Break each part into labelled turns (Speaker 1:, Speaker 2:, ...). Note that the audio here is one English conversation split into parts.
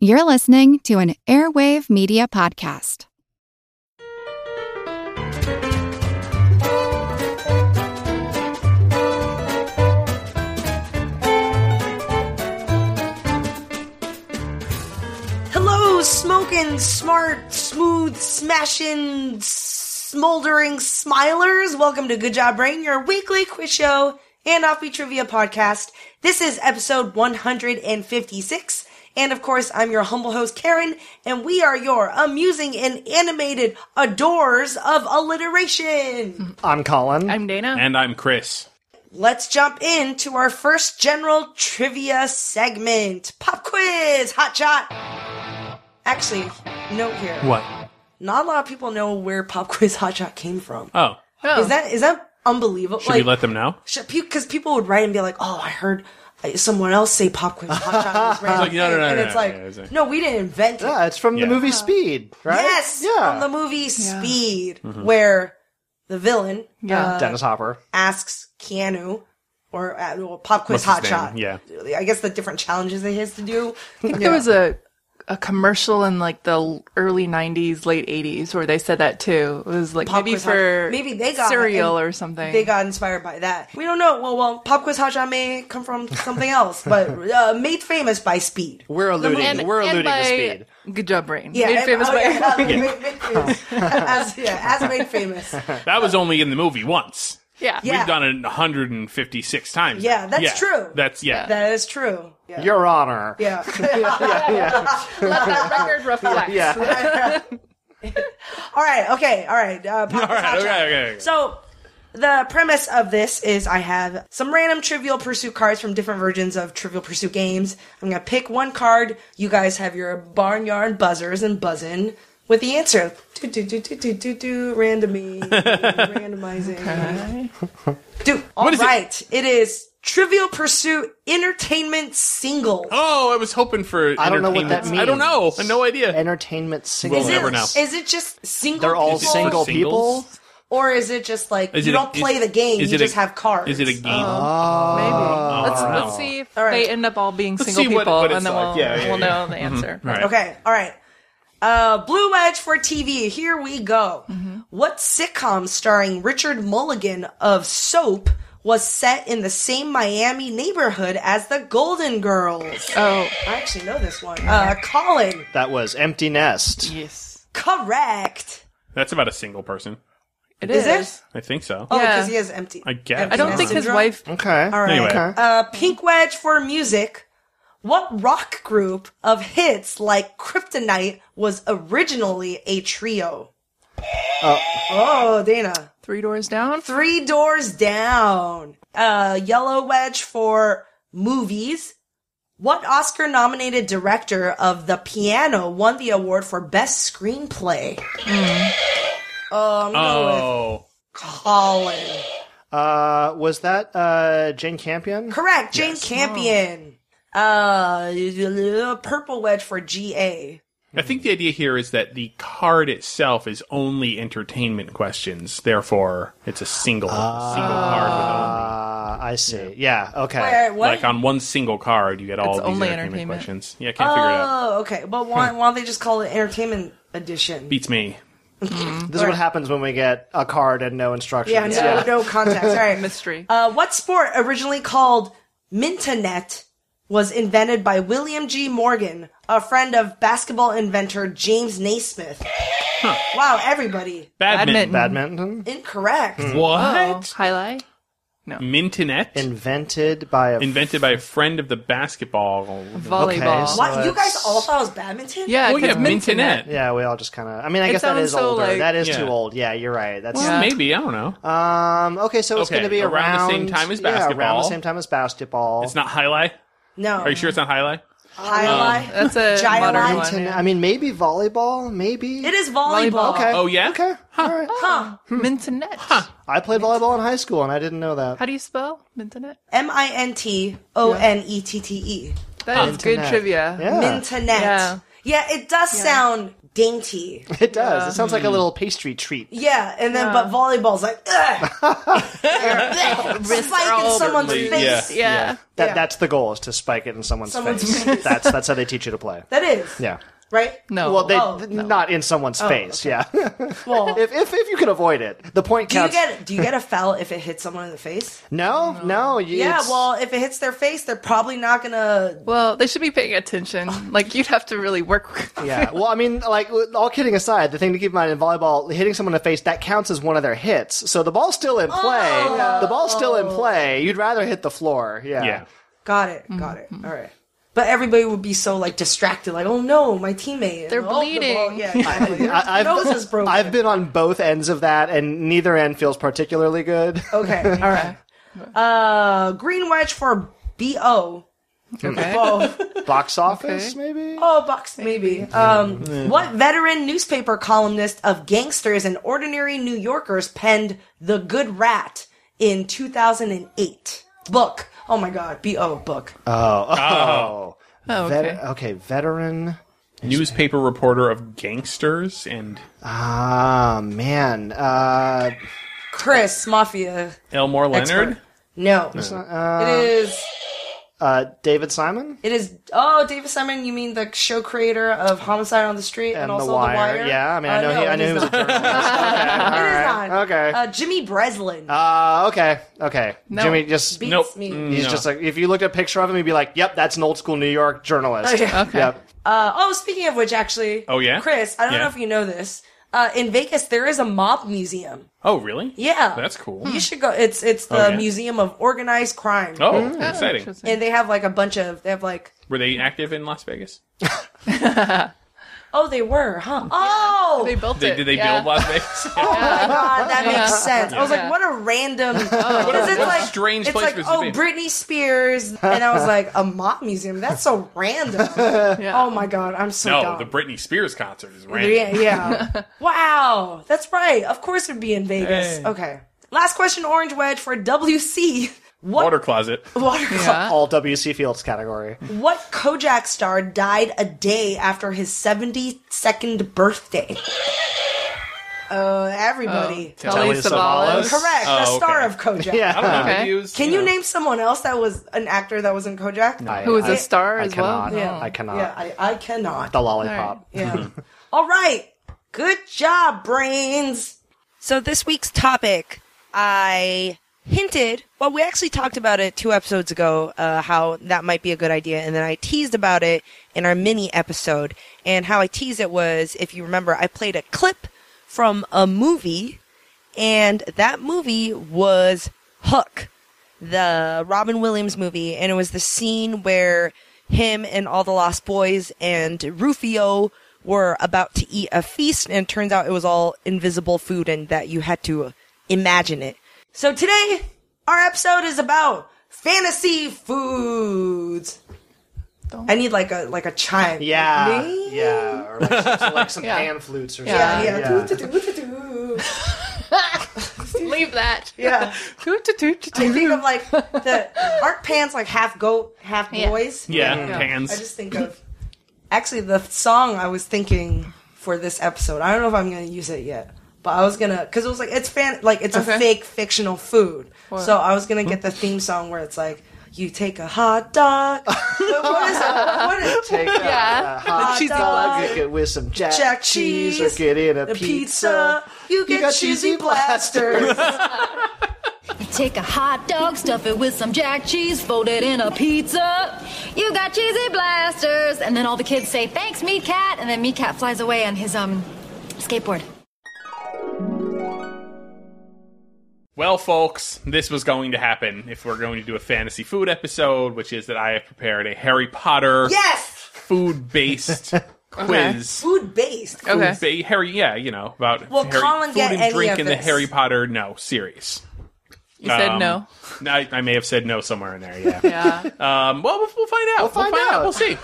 Speaker 1: You're listening to an Airwave Media Podcast.
Speaker 2: Hello, smoking, smart, smooth, smashing, smoldering smilers. Welcome to Good Job Brain, your weekly quiz show and offbeat trivia podcast. This is episode 156. And of course, I'm your humble host, Karen, and we are your amusing and animated adorers of alliteration.
Speaker 3: I'm Colin.
Speaker 4: I'm Dana.
Speaker 5: And I'm Chris.
Speaker 2: Let's jump into our first general trivia segment pop quiz, hot shot. Actually, note here.
Speaker 5: What?
Speaker 2: not a lot of people know where Pop Quiz Hot Shot came from.
Speaker 5: Oh,
Speaker 4: Oh.
Speaker 2: Is that is that unbelievable?
Speaker 5: should we let them know?
Speaker 2: because people would write and be like, "Oh, I heard uh, someone else say Pop Quiz Hot Shot." on this random
Speaker 5: like, no, no,
Speaker 2: thing,"
Speaker 5: no,
Speaker 2: and
Speaker 5: no,
Speaker 2: it's
Speaker 5: no,
Speaker 2: like,
Speaker 5: no, it's like-
Speaker 2: no, we didn't invent it.
Speaker 3: yeah, it's from
Speaker 5: Yeah.
Speaker 3: the movie Speed, right?
Speaker 2: Yes, Uh-huh.
Speaker 3: Yeah.
Speaker 2: from the movie Speed,
Speaker 5: Mm-hmm.
Speaker 2: where the villain
Speaker 4: Yeah.
Speaker 2: uh,
Speaker 3: Dennis Hopper.
Speaker 2: asks Keanu or uh, well, Pop Quiz
Speaker 5: What's his
Speaker 2: Hot
Speaker 5: name?
Speaker 2: Shot.
Speaker 5: Yeah.
Speaker 2: I guess the different challenges that he has to do.
Speaker 4: There was a a commercial in like the early '90s, late '80s, where they said that too. It was like
Speaker 2: Pop
Speaker 4: maybe
Speaker 2: Quiz Hot-
Speaker 4: for
Speaker 2: maybe they got
Speaker 4: cereal
Speaker 2: and
Speaker 4: or something.
Speaker 2: they got inspired by that. We don't know. Well, well, Pop Quiz Hot Shot may come from something else, but uh, made famous by Speed.
Speaker 3: We're alluding.
Speaker 4: and,
Speaker 3: we're
Speaker 4: and
Speaker 3: alluding
Speaker 4: by
Speaker 3: to Speed.
Speaker 4: Good job, brain.
Speaker 2: Yeah,
Speaker 4: Made
Speaker 2: and-
Speaker 4: famous
Speaker 2: oh,
Speaker 4: by-
Speaker 2: yeah, yeah, made- made famous. as, yeah, as made famous.
Speaker 5: That was only in the movie once.
Speaker 4: yeah.
Speaker 2: Yeah.
Speaker 5: We've done it 156 times.
Speaker 2: Yeah, that's true.
Speaker 5: That's yeah.
Speaker 2: That is true. Yeah.
Speaker 3: Your Honor.
Speaker 2: yeah.
Speaker 4: Let that record reflect.
Speaker 3: Yeah.
Speaker 2: all right. Okay. All right. Uh, Pop
Speaker 5: All
Speaker 2: Quiz Hot
Speaker 5: right.
Speaker 2: Shot.
Speaker 5: Okay. Okay. okay.
Speaker 2: So the premise of this is I have some random Trivial Pursuit cards from different versions of Trivial Pursuit games. I'm gonna pick one card. You guys have your barnyard buzzers and buzzin with the answer. Do do do do do do do randoming randomizing. Do all
Speaker 5: is it?
Speaker 2: right. it is Trivial Pursuit Entertainment Single.
Speaker 5: oh, I was hoping for.
Speaker 3: I don't know what that
Speaker 5: entertainment- I don't know.
Speaker 3: means.
Speaker 5: No idea.
Speaker 3: Entertainment single.
Speaker 5: We'll
Speaker 2: Is it-
Speaker 5: never know.
Speaker 2: Is it just single?
Speaker 3: They're all
Speaker 5: Is it
Speaker 2: people,
Speaker 5: for
Speaker 3: single people.
Speaker 5: singles?
Speaker 2: or is it just like
Speaker 5: Is
Speaker 2: you
Speaker 5: it a-
Speaker 2: don't
Speaker 5: is-
Speaker 2: play the game?
Speaker 5: is
Speaker 2: You
Speaker 5: it a-
Speaker 2: just have cards. Uh,
Speaker 5: Is it a game?
Speaker 4: Maybe. let's let's see if
Speaker 2: right.
Speaker 4: they end up all being single
Speaker 5: see
Speaker 4: people,
Speaker 5: what- what
Speaker 4: and
Speaker 5: it's
Speaker 4: then
Speaker 5: like.
Speaker 4: we'll
Speaker 5: Yeah, yeah,
Speaker 4: we'll
Speaker 5: yeah.
Speaker 4: know the answer.
Speaker 5: All right.
Speaker 2: Okay, all right. Uh, Blue Edge for TV. Here we go.
Speaker 4: Mm-hmm.
Speaker 2: What sitcom starring Richard Mulligan of Soap was set in the same Miami neighborhood as the Golden Girls?
Speaker 4: Oh
Speaker 2: I actually know this one. Uh, Colin,
Speaker 3: That was Empty Nest.
Speaker 4: yes,
Speaker 2: correct.
Speaker 5: That's about a single person.
Speaker 2: Is it?
Speaker 5: I think so.
Speaker 2: Oh,
Speaker 4: Yeah.
Speaker 2: because he has empty.
Speaker 5: I guess.
Speaker 2: empty
Speaker 4: I don't
Speaker 2: nest
Speaker 4: think his
Speaker 2: syndrome.
Speaker 4: wife.
Speaker 3: Okay.
Speaker 2: All right.
Speaker 5: Anyway.
Speaker 3: Okay.
Speaker 2: Uh, Pink Wedge for music. What rock group of hits like Kryptonite was originally a trio? Oh, Dana.
Speaker 4: Three doors down.
Speaker 2: Three Doors Down. Uh, Yellow Wedge for movies. What Oscar nominated director of The Piano won the award for Best Screenplay? Oh, I'm going with
Speaker 5: Oh.
Speaker 2: Colin.
Speaker 3: Uh, was that uh, Jane Campion?
Speaker 2: Correct, Jane Campion. Uh, Purple Wedge for GA.
Speaker 5: I think the idea here is that the card itself is only entertainment questions. Therefore, it's a single single
Speaker 3: Ah.
Speaker 5: card with only
Speaker 3: Uh, I see. Yeah. Okay.
Speaker 2: Wait, what?
Speaker 5: Like um, on one single card, you get all
Speaker 4: It's
Speaker 5: these
Speaker 4: only
Speaker 5: entertainment,
Speaker 4: entertainment.
Speaker 5: questions. Yeah, I can't figure it out.
Speaker 2: oh, okay. But why,
Speaker 5: Hmm.
Speaker 2: why don't they just call it Entertainment Edition?
Speaker 5: Beats me.
Speaker 3: This is what happens when we get a card and no instructions.
Speaker 2: yeah, no, no context. All right.
Speaker 4: Mystery.
Speaker 2: Uh, what sport, originally called Mintanet, was invented by William G. Morgan, a friend of basketball inventor James Naismith? Wow, everybody.
Speaker 5: Badminton.
Speaker 3: Badminton
Speaker 2: Incorrect.
Speaker 5: Hmm.
Speaker 4: Oh,
Speaker 5: What?
Speaker 4: highlight.
Speaker 5: Mintonet?
Speaker 3: invented by a
Speaker 5: invented by a friend of the basketball.
Speaker 4: Volleyball.
Speaker 3: so-
Speaker 2: What? You guys
Speaker 3: That's-
Speaker 2: all thought it was badminton?
Speaker 4: Yeah,
Speaker 5: Well, Oh, yeah,
Speaker 4: 'cause
Speaker 5: Mintonet.
Speaker 3: Yeah, we all just kind of. I mean, I
Speaker 4: It
Speaker 3: guess that
Speaker 4: sounds
Speaker 3: is
Speaker 4: so,
Speaker 3: older.
Speaker 4: like-
Speaker 3: that is
Speaker 5: Yeah.
Speaker 3: too old. Yeah, you're right. That's
Speaker 5: Well,
Speaker 4: Yeah.
Speaker 5: Hmm, maybe I don't know.
Speaker 3: um. Okay, so it's
Speaker 5: Okay,
Speaker 3: going to be
Speaker 5: around
Speaker 3: around
Speaker 5: the same time as
Speaker 3: Yeah, around
Speaker 5: basketball.
Speaker 3: the same time as basketball.
Speaker 5: it's not highlight.
Speaker 2: No.
Speaker 5: Are you sure Um, it's not highlight?
Speaker 2: Highlight?
Speaker 4: That's a
Speaker 2: Giant
Speaker 4: modern
Speaker 2: line.
Speaker 4: one.
Speaker 3: Ten-
Speaker 4: yeah.
Speaker 3: I mean, maybe volleyball. Maybe
Speaker 2: It is volleyball.
Speaker 4: Volleyball.
Speaker 3: Okay.
Speaker 5: Oh yeah.
Speaker 3: Okay. All right.
Speaker 2: Huh.
Speaker 4: Mintonet.
Speaker 3: I played volleyball in high school, and I didn't know that.
Speaker 4: How do you spell Mintonet?
Speaker 2: M I N T O N E T T E.
Speaker 4: That is good
Speaker 3: Mintonet.
Speaker 4: trivia.
Speaker 3: Yeah.
Speaker 2: Mintonet. Yeah.
Speaker 4: Yeah.
Speaker 2: it does sound dainty.
Speaker 3: It does. It sounds like
Speaker 5: Hmm.
Speaker 3: a little pastry treat.
Speaker 2: Yeah, and then but volleyball's like, ugh,
Speaker 4: Wrists are
Speaker 2: spike in
Speaker 4: all-
Speaker 2: someone's
Speaker 5: Yeah.
Speaker 2: face.
Speaker 5: Yeah.
Speaker 4: yeah.
Speaker 3: That
Speaker 2: Yeah.
Speaker 3: that's the goal is to spike it in someone's,
Speaker 2: Someone's
Speaker 3: face.
Speaker 2: face.
Speaker 3: that's that's how they teach you to play.
Speaker 2: That is
Speaker 3: Yeah.
Speaker 2: right.
Speaker 4: No.
Speaker 3: Well, they
Speaker 2: Oh,
Speaker 3: th- not in someone's face. Yeah.
Speaker 2: Well,
Speaker 3: if, if if you can avoid it, the point
Speaker 2: do you
Speaker 3: counts.
Speaker 2: get do you get a foul if it hits someone in the face?
Speaker 3: no, no. you-
Speaker 2: Yeah.
Speaker 3: it's-
Speaker 2: Well, if it hits their face, they're probably not gonna.
Speaker 4: Well, they should be paying attention. Like you'd have to really work.
Speaker 3: Yeah. Well, I mean, like, all kidding aside, the thing to keep in mind in volleyball, hitting someone in the face, that counts as one of their hits. So the ball's still in play.
Speaker 2: Oh.
Speaker 3: The ball's still in play. You'd rather hit the floor. Yeah.
Speaker 5: Yeah.
Speaker 2: Got it.
Speaker 3: Mm-hmm.
Speaker 2: Got it. All right. But everybody would be so like distracted, like, oh no, my teammate. and,
Speaker 4: They're
Speaker 2: oh, the ball-
Speaker 4: bleeding.
Speaker 2: Yeah, exactly. Your
Speaker 3: I, I've,
Speaker 2: nose is broken.
Speaker 3: I've been on both ends of that, and neither end feels particularly good.
Speaker 2: okay. All right. Uh, green wedge for bo.
Speaker 4: Okay.
Speaker 2: Oh,
Speaker 3: Box office, maybe?
Speaker 2: oh, box maybe. Um, what veteran newspaper columnist of gangsters and ordinary New Yorkers penned "The Good Rat" in 2008 book? Oh my God, bo book.
Speaker 3: Oh.
Speaker 4: Oh,
Speaker 3: Vet-
Speaker 4: okay.
Speaker 3: okay, veteran.
Speaker 5: Newspaper reporter of gangsters and
Speaker 3: Ah, man. Uh,
Speaker 2: Chris Mafia.
Speaker 5: Elmore Leonard.
Speaker 2: Expert. No, it is.
Speaker 3: uh, David Simon?
Speaker 2: It is. Oh, David Simon. You mean the show creator of Homicide on the Street and,
Speaker 3: And
Speaker 2: also
Speaker 3: The Wire.
Speaker 2: The Wire? Uh,
Speaker 3: Yeah, I mean, I know, he,
Speaker 2: no,
Speaker 3: I
Speaker 2: it
Speaker 3: knew
Speaker 2: is
Speaker 3: he was a
Speaker 2: not.
Speaker 3: journalist.
Speaker 2: It is not.
Speaker 3: Okay.
Speaker 2: Uh, Jimmy Breslin.
Speaker 3: Uh, okay, okay. Jimmy just
Speaker 2: Beats
Speaker 5: Nope.
Speaker 2: me.
Speaker 5: Mm.
Speaker 3: He's
Speaker 5: No.
Speaker 3: just like if you looked at a picture of him, you'd be like, "Yep, that's an old school New York journalist."
Speaker 4: Okay.
Speaker 3: Yep.
Speaker 2: Uh, oh, speaking of which, actually.
Speaker 5: Oh, yeah?
Speaker 2: Chris, I don't
Speaker 5: Yeah.
Speaker 2: know if you know this. Uh, in Vegas, there is a mob museum.
Speaker 5: Oh, really?
Speaker 2: Yeah. Hmm.
Speaker 5: That's cool.
Speaker 2: You should go. It's it's the
Speaker 5: yeah?
Speaker 2: Museum of Organized Crime.
Speaker 5: Oh, exciting.
Speaker 4: Interesting.
Speaker 2: And they have like a bunch of. They have like.
Speaker 5: Were they active in Las Vegas?
Speaker 2: Oh, they were, huh? Oh!
Speaker 4: They built
Speaker 5: They,
Speaker 4: it.
Speaker 5: did they
Speaker 4: yeah.
Speaker 5: build Las Vegas?
Speaker 2: my god, that makes sense. I was like,
Speaker 4: Yeah.
Speaker 2: what a random because it's
Speaker 5: Oh. what a
Speaker 2: like
Speaker 5: strange
Speaker 2: it's
Speaker 5: place
Speaker 2: like
Speaker 5: for this to
Speaker 2: oh
Speaker 5: be.
Speaker 2: Britney Spears, and I was like a mob museum. That's so random. Oh my god, I'm so
Speaker 5: No,
Speaker 2: dumb.
Speaker 5: the Britney Spears concert is random.
Speaker 2: yeah, yeah. wow, that's right. Of course, it'd be in Vegas.
Speaker 5: Hey.
Speaker 2: Okay. Last question, Orange Wedge for WC. What
Speaker 5: Water closet.
Speaker 2: water?
Speaker 4: Yeah.
Speaker 3: All WC Fields category.
Speaker 2: What Kojak star died a day after his seventy-second birthday? Oh, everybody.
Speaker 4: Telly
Speaker 3: Telly
Speaker 4: Savalas.
Speaker 3: Savalas.
Speaker 2: Correct.
Speaker 5: Oh,
Speaker 2: the star
Speaker 5: okay.
Speaker 2: of Kojak.
Speaker 5: I don't know.
Speaker 4: Okay.
Speaker 5: maybe it was,
Speaker 2: Can you
Speaker 5: know,
Speaker 2: name someone else that was an actor that was in Kojak?
Speaker 3: I-
Speaker 4: Who is
Speaker 3: I-
Speaker 4: a star
Speaker 3: I
Speaker 4: as
Speaker 3: cannot.
Speaker 4: well?
Speaker 2: Yeah.
Speaker 3: I cannot.
Speaker 2: Yeah, I, I cannot.
Speaker 3: the lollipop.
Speaker 2: Yeah. All right. Good job, brains. So this week's topic, I hinted. Well, we actually talked about it two episodes ago, uh, how that might be a good idea, and then I teased about it in our mini episode. And how I teased it was, if you remember, I played a clip from a movie, and that movie was Hook the Robin Williams movie, and it was the scene where him and all the Lost Boys and Rufio were about to eat a feast, and it turns out it was all invisible food and that you had to imagine it. So today, our episode is about fantasy foods. I need like a like a chime.
Speaker 3: Yeah.
Speaker 2: Me?
Speaker 3: Yeah. Or like some, like some
Speaker 4: Yeah.
Speaker 3: pan flutes or
Speaker 4: Yeah,
Speaker 3: something.
Speaker 2: Yeah. Doo-doo-doo-doo-doo.
Speaker 4: Leave that.
Speaker 2: Yeah.
Speaker 4: Toot, toot, toot, toot,
Speaker 2: I
Speaker 4: toot.
Speaker 2: think of like the aren't pants like half goat, half
Speaker 4: Yeah.
Speaker 2: boys.
Speaker 5: Yeah,
Speaker 4: Yeah.
Speaker 5: hands.
Speaker 2: I just think of actually the song I was thinking for this episode. I don't know if I'm gonna use it yet, but I was gonna because it was like it's fan like it's a
Speaker 4: Okay.
Speaker 2: fake fictional food. So I was gonna get the theme song where it's like you take a hot dog. But what is it? What is
Speaker 3: Take a-
Speaker 4: Yeah.
Speaker 3: a hot
Speaker 4: The cheesy
Speaker 3: dog,
Speaker 2: dog.
Speaker 3: you get with some jack,
Speaker 2: Jack
Speaker 3: cheese, or
Speaker 2: cheese,
Speaker 3: get in a
Speaker 2: the
Speaker 3: pizza.
Speaker 2: pizza? You get
Speaker 3: got
Speaker 2: cheesy
Speaker 3: cheesy
Speaker 2: blasters.
Speaker 6: Take a hot dog, stuff it with some jack cheese, fold it in a pizza. You got cheesy blasters. And then all the kids say, thanks, Meat Cat. And then Meat Cat flies away on his, um, skateboard.
Speaker 5: Well, folks, this was going to happen if we're going to do a fantasy food episode, which is that I have prepared a Harry Potter
Speaker 2: yes,
Speaker 5: food based quiz.
Speaker 2: food based.
Speaker 4: Okay.
Speaker 5: Ba- Harry, yeah, you know about
Speaker 2: Will
Speaker 5: Harry,
Speaker 2: Colin
Speaker 5: food
Speaker 2: get
Speaker 5: and
Speaker 2: any
Speaker 5: drink
Speaker 2: of
Speaker 5: in the
Speaker 2: this?
Speaker 5: Harry Potter no series.
Speaker 4: You said
Speaker 5: Um,
Speaker 4: no.
Speaker 5: I, I may have said no somewhere in there. Yeah.
Speaker 4: Yeah.
Speaker 5: Um, well, we'll, we'll find out. We'll
Speaker 3: find out.
Speaker 5: We'll see.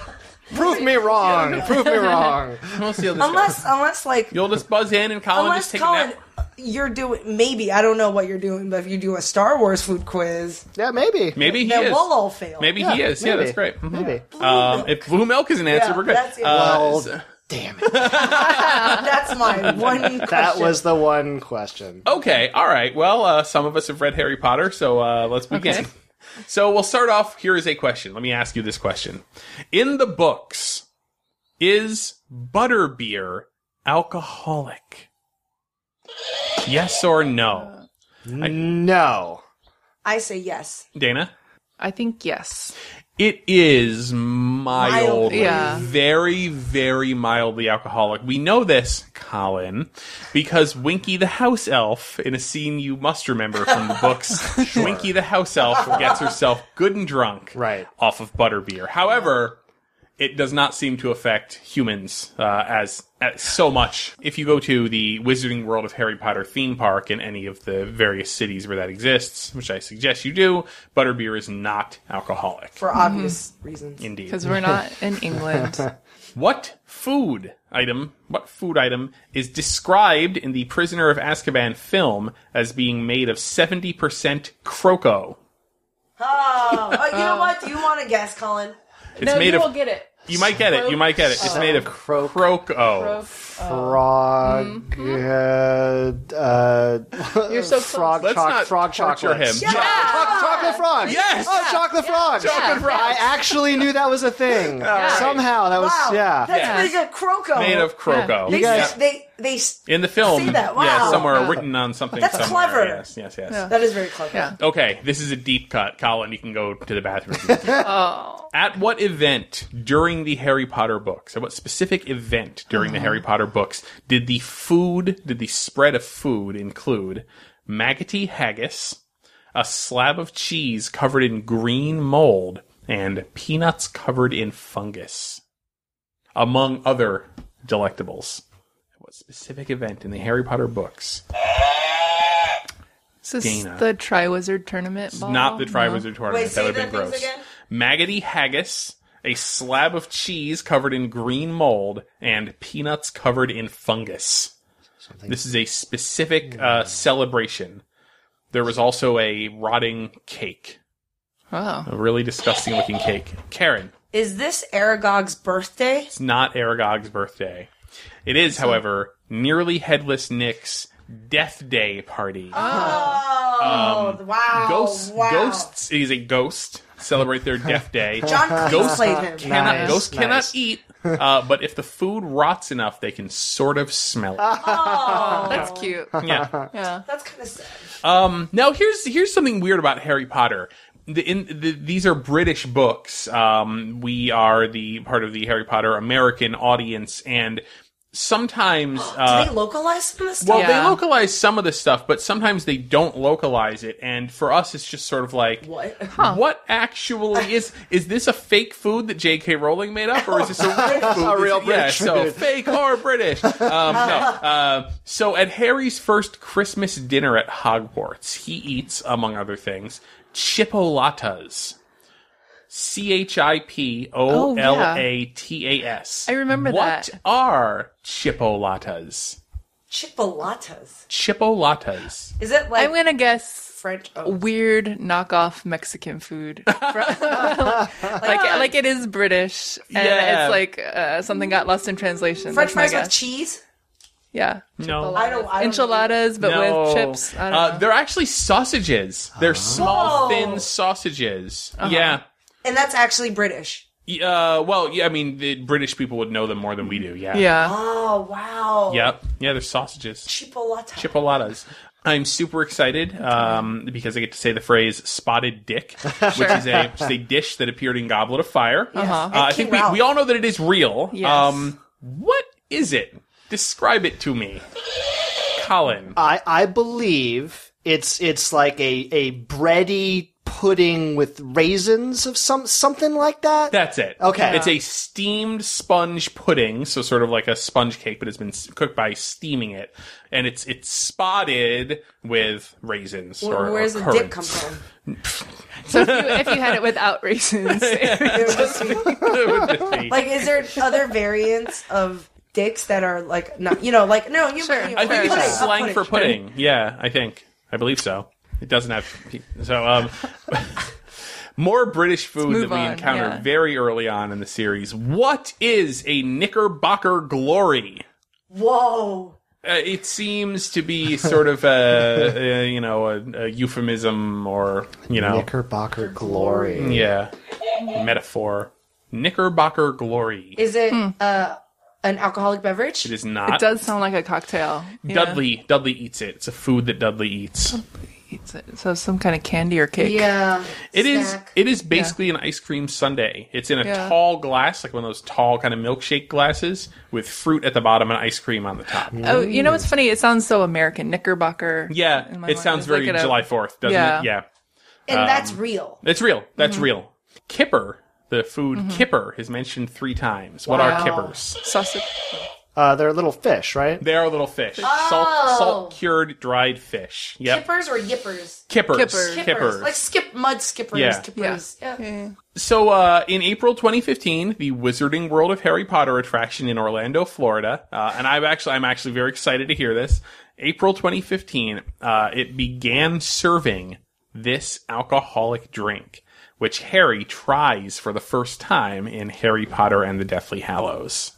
Speaker 3: Prove me wrong. Prove me wrong.
Speaker 5: We'll see how this goes.
Speaker 2: Unless unless like
Speaker 5: You'll just buzz in and Colin
Speaker 2: unless
Speaker 5: just take a
Speaker 2: Colin,
Speaker 5: nap.
Speaker 2: you're doing maybe I don't know what you're doing, but if you do a Star Wars food quiz,
Speaker 3: Yeah, maybe.
Speaker 5: Maybe he
Speaker 2: then
Speaker 5: is.
Speaker 2: we'll all fail.
Speaker 5: Maybe
Speaker 3: Yeah,
Speaker 5: he is. Yeah,
Speaker 3: maybe.
Speaker 5: that's great. Mhm.
Speaker 3: Maybe.
Speaker 5: Um, if blue milk is an answer,
Speaker 2: Yeah,
Speaker 5: we're good.
Speaker 2: that's it.
Speaker 5: Uh,
Speaker 3: Well,
Speaker 5: so-
Speaker 3: Damn it.
Speaker 2: That's my one question.
Speaker 3: That was the one question.
Speaker 5: Okay, all right. Well, uh, some of us have read Harry Potter, so uh, let's begin.
Speaker 4: Okay.
Speaker 5: So we'll start off. Here is a question. Let me ask you this question: In the books, is butterbeer alcoholic? Yes or no,
Speaker 3: No.
Speaker 2: I say yes.
Speaker 5: Dana?
Speaker 4: I think yes.
Speaker 5: It is mildly,
Speaker 4: Yeah.
Speaker 5: very, very mildly alcoholic. We know this, Colin, because Winky the house elf, in a scene you must remember from the books, Winky the house elf gets herself good and drunk
Speaker 3: Right.
Speaker 5: off of butterbeer. However, it does not seem to affect humans uh, as, as so much. If you go to the Wizarding World of Harry Potter theme park in any of the various cities where that exists, which I suggest you do, butterbeer is not alcoholic.
Speaker 2: For obvious reasons.
Speaker 5: Indeed.
Speaker 4: Because we're not in England.
Speaker 5: What food item? What food item is described in the Prisoner of Azkaban film as being made of seventy percent croco?
Speaker 2: Oh, oh, you know what? You want to guess, Colin?
Speaker 5: It's made of.
Speaker 4: get it.
Speaker 5: You might get it. You might get it. It's made of
Speaker 3: Croco.
Speaker 5: croco.
Speaker 3: Frog. Uh, uh,
Speaker 4: You're so
Speaker 3: frog
Speaker 5: Let's
Speaker 3: choc-
Speaker 5: not
Speaker 3: frog
Speaker 5: torture
Speaker 3: chocolate.
Speaker 5: him. Yeah.
Speaker 3: Choc- chocolate frog.
Speaker 5: Yes.
Speaker 3: Oh, chocolate frog.
Speaker 5: Chocolate frog.
Speaker 3: I actually knew that was a thing. Somehow that was
Speaker 2: Wow.
Speaker 3: yeah.
Speaker 2: That's
Speaker 5: Yeah.
Speaker 2: pretty good. Croco.
Speaker 5: Made of croco.
Speaker 2: They,
Speaker 3: You guys-
Speaker 2: s- they, they, s-
Speaker 5: In the film,
Speaker 2: See that?
Speaker 5: yeah,
Speaker 2: Wow.
Speaker 5: somewhere written on something.
Speaker 2: That's
Speaker 5: somewhere.
Speaker 2: clever.
Speaker 5: Yes, yes, yes.
Speaker 2: that is very clever.
Speaker 4: Yeah.
Speaker 5: Okay, this is a deep cut. Colin, you can go to the bathroom. At what event during the Harry Potter books, at what specific event during the Harry Potter books did the food, did the spread of food include maggoty haggis, a slab of cheese covered in green mold, and peanuts covered in fungus, among other delectables? At what specific event in the Harry Potter books?
Speaker 4: Is this
Speaker 5: Dana.
Speaker 4: the Triwizard tournament ball?
Speaker 5: Not the Triwizard Tournament.
Speaker 2: Oh, Wait,
Speaker 5: that
Speaker 2: say
Speaker 5: would have
Speaker 2: the
Speaker 5: been
Speaker 2: things
Speaker 5: gross.
Speaker 2: again?
Speaker 5: Maggoty haggis, a slab of cheese covered in green mold, and peanuts covered in fungus. This is a specific uh, celebration. There was also a rotting cake,
Speaker 4: Oh.
Speaker 5: a really disgusting looking cake. Karen,
Speaker 2: Is this Aragog's birthday?
Speaker 5: it's not Aragog's birthday. It is, however, nearly headless Nick's death day party.
Speaker 2: Oh, wow.
Speaker 5: ghosts,
Speaker 2: wow.
Speaker 5: ghosts. He's a ghost. Celebrate their death day.
Speaker 2: John Cleese
Speaker 5: Ghost-
Speaker 2: played him.
Speaker 5: cannot,
Speaker 4: Nice,
Speaker 5: ghosts cannot
Speaker 3: nice.
Speaker 5: eat, uh, but if the food rots enough, they can sort of smell it.
Speaker 4: That's
Speaker 3: Oh.
Speaker 4: cute.
Speaker 5: yeah.
Speaker 4: Yeah.
Speaker 2: That's kind of sad.
Speaker 5: Now here's here's something weird about Harry Potter. The, in, the, these are British books. Um, we are the part of the Harry Potter American audience, and sometimes uh,
Speaker 2: they localize some of this
Speaker 5: well,
Speaker 2: stuff?
Speaker 5: they
Speaker 4: Yeah.
Speaker 5: localize some of the stuff, but sometimes they don't localize it. And for us, it's just sort of like
Speaker 2: What?
Speaker 5: What actually is is this a fake food that J.K. Rowling made up, or is this a real food?
Speaker 3: A real
Speaker 5: yeah,
Speaker 3: British
Speaker 5: so
Speaker 3: food.
Speaker 5: fake or British? Um, no. Uh, so at Harry's first Christmas dinner at Hogwarts, he eats, among other things, chipolatas. C H I P O L A T A S.
Speaker 4: Oh, I remember
Speaker 5: what
Speaker 4: that.
Speaker 5: What are chipolatas?
Speaker 2: Chipolatas.
Speaker 5: Chipolatas.
Speaker 2: Is it like
Speaker 4: I'm going to guess
Speaker 2: French? Oh,
Speaker 4: weird knockoff Mexican food. like, like it is British. And
Speaker 5: Yeah.
Speaker 4: it's like uh, something got lost in translation.
Speaker 2: French
Speaker 4: That's my
Speaker 2: fries with
Speaker 4: guess.
Speaker 2: cheese?
Speaker 4: Yeah.
Speaker 5: No.
Speaker 2: I don't. I don't
Speaker 4: Enchiladas, but
Speaker 5: No. Oh.
Speaker 4: with chips. I don't
Speaker 5: uh,
Speaker 4: know. Oh.
Speaker 5: They're actually sausages. They're
Speaker 2: Whoa.
Speaker 5: small, thin sausages.
Speaker 4: Uh-huh.
Speaker 5: Yeah.
Speaker 2: And that's actually British.
Speaker 5: Y- Uh, well, yeah, I mean, the British people would know them more than we do. Yeah.
Speaker 4: yeah.
Speaker 2: Oh wow.
Speaker 5: Yep. Yeah, they're sausages.
Speaker 2: Chipolata.
Speaker 5: Chipolatas. I'm super excited um, because I get to say the phrase "spotted dick," which is a which is a dish that appeared in Goblet of Fire. Uh, I
Speaker 2: And
Speaker 5: think
Speaker 2: King
Speaker 5: we,
Speaker 2: Ralph.
Speaker 5: we all know that it is real.
Speaker 4: Yes.
Speaker 5: Um, what is it? Describe it to me, Colin.
Speaker 3: I I believe it's it's like a a bready pudding with raisins of some something like that.
Speaker 5: That's it.
Speaker 3: Okay.
Speaker 5: It's a steamed sponge pudding, so sort of like a sponge cake, but it's been s- cooked by steaming it, and it's it's spotted with raisins
Speaker 2: Wh-
Speaker 5: or,
Speaker 2: Where's
Speaker 5: or
Speaker 2: the dick
Speaker 5: currants.
Speaker 2: come from?
Speaker 4: So if you, if you had it without raisins,
Speaker 2: It must be-
Speaker 5: It would be-
Speaker 2: like, is there other variants of dicks that are like not? You know, like no. You. you
Speaker 5: I think it's
Speaker 2: pudding,
Speaker 5: just
Speaker 2: a
Speaker 5: slang
Speaker 2: pudding.
Speaker 5: for pudding. Yeah, I think I believe so. It doesn't have so um, More British food that
Speaker 4: move
Speaker 5: we
Speaker 4: on,
Speaker 5: encounter
Speaker 4: yeah.
Speaker 5: very early on in the series. What is a Knickerbocker glory?
Speaker 2: Whoa.
Speaker 5: Uh, it seems to be sort of a, a you know a, a euphemism or you know
Speaker 3: Knickerbocker glory.
Speaker 5: yeah metaphor. Knickerbocker glory.
Speaker 2: Is it
Speaker 4: Hmm.
Speaker 2: uh, an alcoholic beverage?
Speaker 5: It is not.
Speaker 4: It does sound like a cocktail. Yeah.
Speaker 5: Dudley Dudley eats it. It's a food that Dudley eats.
Speaker 4: It's a- so some kind of candy or cake.
Speaker 2: Yeah.
Speaker 5: It is.
Speaker 2: Snack.
Speaker 5: It is basically an ice cream sundae. It's in a
Speaker 4: Yeah.
Speaker 5: tall glass, like one of those tall kind of milkshake glasses, with fruit at the bottom and ice cream on the top.
Speaker 4: Oh, you know what's funny? It sounds so American. Knickerbocker.
Speaker 5: Yeah,
Speaker 4: In my
Speaker 5: it
Speaker 4: mind,
Speaker 5: sounds
Speaker 4: it's like
Speaker 5: very
Speaker 4: in a-
Speaker 5: July Fourth, doesn't
Speaker 4: Yeah. Mm-hmm.
Speaker 5: it? Yeah,
Speaker 2: And
Speaker 5: um,
Speaker 2: that's real.
Speaker 5: it's real. That's real. Kipper, the food kipper, is mentioned three times. What are kippers?
Speaker 4: Sausage.
Speaker 3: Uh, they're little fish, right?
Speaker 5: They are little fish,
Speaker 4: Oh.
Speaker 5: salt, salt cured dried fish. Yep,
Speaker 2: Kippers or yippers?
Speaker 5: kippers,
Speaker 4: Kippers.
Speaker 5: kippers.
Speaker 2: Like skip mud skippers.
Speaker 5: Yeah.
Speaker 2: Kippers. Yeah.
Speaker 5: So, uh, in April 2015, the Wizarding World of Harry Potter attraction in Orlando, Florida, uh, and I'm actually I'm actually very excited to hear this. April 2015, uh, it began serving this alcoholic drink, which Harry tries for the first time in Harry Potter and the Deathly Hallows.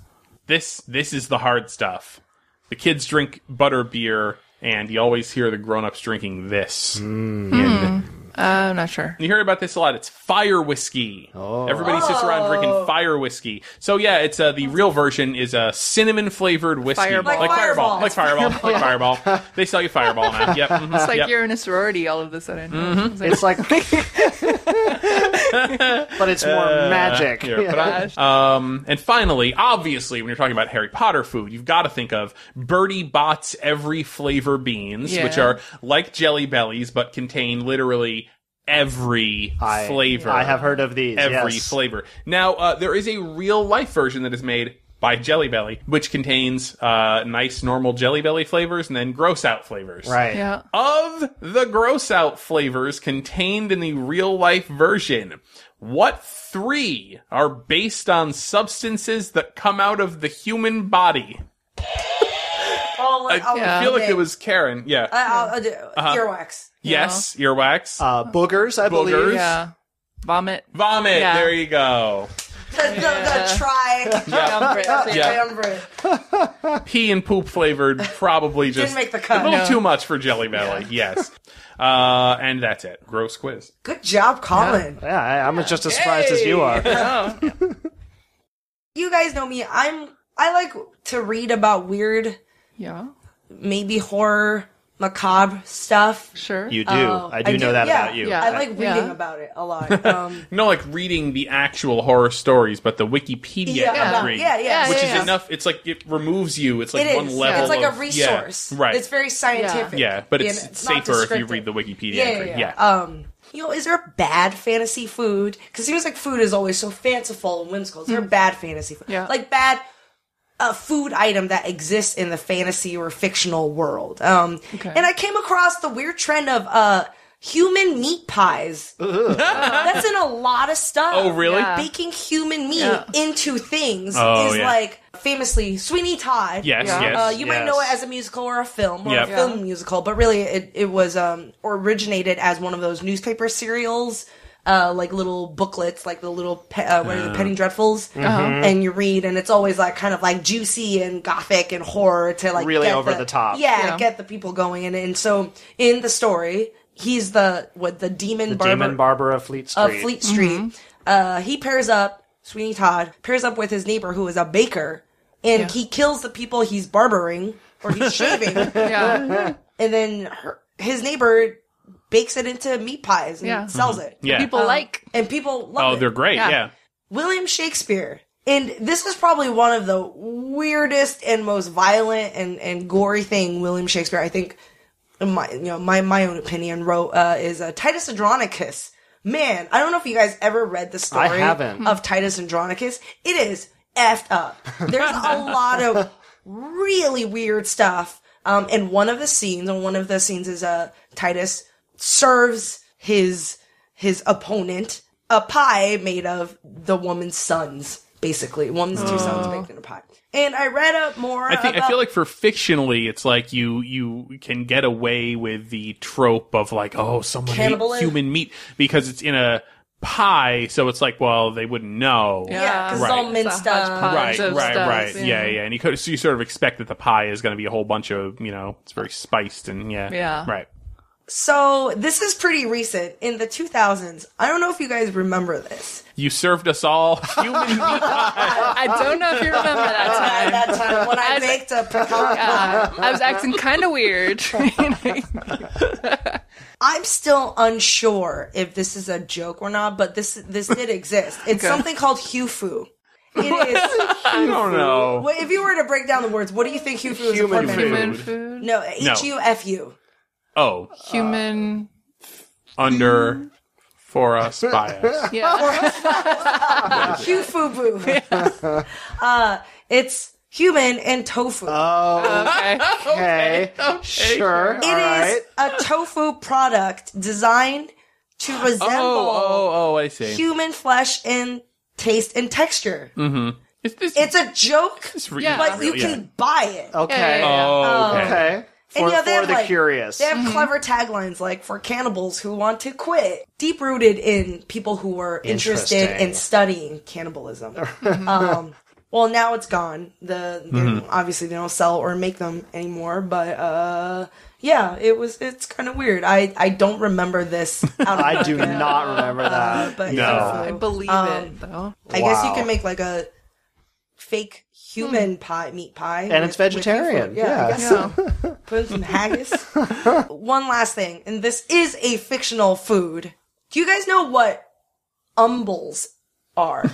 Speaker 5: This this is the hard stuff. The kids drink butter beer, and you always hear the grown ups drinking this. And
Speaker 4: Uh, I'm not sure.
Speaker 5: you hear about this a lot. It's fire whiskey.
Speaker 3: Oh.
Speaker 5: Everybody sits around drinking
Speaker 4: Oh.
Speaker 5: fire whiskey. So yeah, it's uh, the real version is a cinnamon flavored whiskey,
Speaker 4: Fireball. Like
Speaker 2: Fireball.
Speaker 5: like fireball, like fireball. They sell you fireball now. Yep, mhm,
Speaker 4: It's like
Speaker 5: yep.
Speaker 4: you're in a sorority all of a sudden. It's like-
Speaker 3: It's like, but it's more
Speaker 5: Uh,
Speaker 3: magic.
Speaker 5: Here, put on- um, and finally, obviously, when you're talking about Harry Potter food, you've got to think of Birdie Bot's every flavor beans,
Speaker 4: Yeah.
Speaker 5: which are like Jelly Bellies but contain literally every
Speaker 3: I,
Speaker 5: flavor.
Speaker 3: I have heard of these.
Speaker 5: every
Speaker 3: yes.
Speaker 5: flavor. Now, uh, there is a real life version that is made by Jelly Belly, which contains uh, nice normal Jelly Belly flavors and then gross out flavors.
Speaker 3: Right.
Speaker 4: yeah.
Speaker 5: Of the gross out flavors contained in the real life version, what three are based on substances that come out of the human body?
Speaker 2: Oh, Uh, like, I'll,
Speaker 5: I
Speaker 4: Yeah.
Speaker 5: feel like
Speaker 2: admit.
Speaker 5: it was Karen. Yeah. Uh-huh.
Speaker 2: I'll, I'll do earwax.
Speaker 5: yes, earwax.
Speaker 3: Uh, boogers, I
Speaker 5: Boogers.
Speaker 3: believe.
Speaker 4: Yeah. Vomit.
Speaker 5: Vomit.
Speaker 4: yeah.
Speaker 5: There you go.
Speaker 2: The, the, the try.
Speaker 4: Down for it.
Speaker 5: Yeah.
Speaker 2: Try on bread.
Speaker 5: pee and poop flavored probably just
Speaker 2: make the cut.
Speaker 5: a little
Speaker 4: No.
Speaker 5: too much for Jelly Belly. Yes, uh, and that's it. Gross quiz.
Speaker 2: Good job, Colin.
Speaker 3: Yeah, I, I'm just as surprised as you are.
Speaker 2: You guys know me. I'm. I like to read about weird,
Speaker 4: Yeah.
Speaker 2: maybe horror, macabre stuff.
Speaker 4: Sure.
Speaker 3: You do.
Speaker 2: Oh,
Speaker 3: I do know that
Speaker 2: yeah,
Speaker 3: about you.
Speaker 4: Yeah.
Speaker 2: I like reading
Speaker 4: Yeah.
Speaker 2: about it a lot. Um,
Speaker 5: No, like reading the actual horror stories, but the Wikipedia
Speaker 2: yeah, about-
Speaker 5: entry,
Speaker 2: yeah, yeah,
Speaker 5: which
Speaker 2: yeah,
Speaker 5: is
Speaker 2: yeah.
Speaker 5: enough. It's like it removes you. It's like
Speaker 2: It is.
Speaker 5: one level.
Speaker 2: It's like
Speaker 5: of-
Speaker 2: a
Speaker 5: yeah,
Speaker 2: resource.
Speaker 5: right?
Speaker 2: It's very scientific.
Speaker 5: yeah, but it's,
Speaker 2: and not
Speaker 5: safer if you
Speaker 2: descriptive.
Speaker 5: read the Wikipedia
Speaker 2: Yeah,
Speaker 5: entry.
Speaker 2: yeah, yeah. Um, you know, is there a bad fantasy food? Because seems like food is always so fanciful and whimsical. Is there a bad fantasy food?
Speaker 4: Mm. Yeah.
Speaker 2: Like bad a food item that exists in the fantasy or fictional world. Um, and I came across the weird trend of uh human meat pies. That's in a lot of stuff.
Speaker 5: Oh, really?
Speaker 4: Yeah.
Speaker 2: Baking human meat into things
Speaker 5: Oh,
Speaker 2: is
Speaker 5: yeah.
Speaker 2: like famously Sweeney Todd.
Speaker 5: Yes,
Speaker 4: Yeah.
Speaker 5: yes.
Speaker 2: Uh, you might
Speaker 3: Yes.
Speaker 2: know it as a musical or a film or
Speaker 5: Yep.
Speaker 2: a
Speaker 5: Yeah.
Speaker 2: film musical, but really it, it was um, originated as one of those newspaper serials, uh, like little booklets, like the little pe- uh, what are the Penny Dreadfuls,
Speaker 3: Uh-huh.
Speaker 2: and you read, and it's always like kind of like juicy and gothic and horror to like
Speaker 3: Really
Speaker 2: get
Speaker 3: over the top.
Speaker 2: yeah,
Speaker 4: Yeah.
Speaker 2: get the people going, and and so in the story. He's the what the demon
Speaker 3: The
Speaker 2: barber
Speaker 3: Demon Barber of Fleet Street.
Speaker 2: of Fleet Street. Uh, he pairs up Sweeney Todd pairs up with his neighbor who is a baker, and he kills the people he's barbering or he's shaving, and
Speaker 4: Yeah.
Speaker 2: then her, his neighbor bakes it into meat pies and
Speaker 4: Yeah.
Speaker 2: sells it.
Speaker 5: Mm-hmm. yeah.
Speaker 4: People like.
Speaker 2: and people love
Speaker 5: oh,
Speaker 2: it.
Speaker 5: they're great. Yeah.
Speaker 4: Yeah.
Speaker 2: William Shakespeare. And this is probably one of the weirdest and most violent and, and gory thing William Shakespeare, I think, in my you know my my own opinion, wrote uh, is uh, Titus Andronicus. Man, I don't know if you guys ever read the story
Speaker 3: I haven't.
Speaker 2: of Titus Andronicus. It is effed up. There's a lot of really weird stuff. Um, and one of the scenes, and one of the scenes is uh, Titus serves his his opponent a pie made of the woman's sons, basically. Woman's two
Speaker 4: Oh.
Speaker 2: sons baked in a pie. And I read up more.
Speaker 5: I think I
Speaker 2: about-
Speaker 5: feel like for fictionally, it's like you you can get away with the trope of like, oh, someone ate
Speaker 2: Cannibalism?
Speaker 5: human meat because it's in a pie, so it's like, well, they wouldn't know.
Speaker 2: Yeah, because it's
Speaker 5: Right.
Speaker 2: all minced
Speaker 4: It's a
Speaker 2: up.
Speaker 4: hodgepodge.
Speaker 5: Right,
Speaker 4: Bunch of
Speaker 5: right,
Speaker 4: stuff,
Speaker 5: right. Yeah,
Speaker 4: yeah.
Speaker 5: yeah. And you, could, so you sort of expect that the pie is going to be a whole bunch of, you know, it's very spiced and yeah.
Speaker 4: Yeah.
Speaker 5: Right.
Speaker 2: So this is pretty recent in the 2000s. I don't know if you guys remember this.
Speaker 5: You served us all human meat pie.
Speaker 4: I don't know if you remember
Speaker 2: At
Speaker 4: that time.
Speaker 2: that time, when I
Speaker 4: I-
Speaker 2: baked a pecan
Speaker 4: Uh, I was acting kind of weird.
Speaker 2: I'm still unsure if this is a joke or not, but this this did exist. It's something called hufu. It is.
Speaker 5: I don't know.
Speaker 2: well, if you were to break down the words, what do you think hufu is? a
Speaker 3: Human
Speaker 2: portmanteau?
Speaker 5: food.
Speaker 4: human food,
Speaker 2: No, H U F U.
Speaker 5: Oh,
Speaker 4: human.
Speaker 5: under, for us, by
Speaker 2: Uh.
Speaker 5: us.
Speaker 4: Yeah,
Speaker 2: Hufu boo. uh, it's human and tofu.
Speaker 4: Oh, okay.
Speaker 3: Okay. Sure.
Speaker 2: It
Speaker 3: all right.
Speaker 2: is a tofu product designed to resemble
Speaker 5: Oh, oh, oh, I see.
Speaker 2: human flesh in taste and texture.
Speaker 5: Mm-hmm. Is this,
Speaker 2: It's a joke,
Speaker 5: this re-
Speaker 4: Yeah.
Speaker 2: but you
Speaker 5: yeah.
Speaker 2: can um, buy it.
Speaker 3: Okay.
Speaker 4: Yeah.
Speaker 5: Oh, okay.
Speaker 3: Okay. For,
Speaker 2: yeah, they
Speaker 3: for
Speaker 2: have,
Speaker 3: the
Speaker 2: like-
Speaker 3: curious.
Speaker 2: They have clever taglines like for cannibals who want to quit, deep rooted in people who were interested
Speaker 3: Interesting.
Speaker 2: in studying cannibalism. um, well, now it's gone. The they're-
Speaker 3: Mm-hmm.
Speaker 2: obviously they don't sell or make them anymore, but uh, yeah, it was. It's kind of weird. I I don't remember this. Out of
Speaker 3: I do
Speaker 2: pocket,
Speaker 3: not remember
Speaker 2: uh,
Speaker 3: that.
Speaker 2: but
Speaker 5: No.
Speaker 2: yeah, so,
Speaker 4: I believe
Speaker 2: um,
Speaker 4: it though.
Speaker 2: I guess you
Speaker 3: Wow. Hmm.
Speaker 2: can make like a fake human pie, meat pie,
Speaker 3: And it's vegetarian.
Speaker 2: I
Speaker 3: Yeah.
Speaker 2: guess Put in some haggis. One last thing, and this is a fictional food. Do you guys know what umbles are?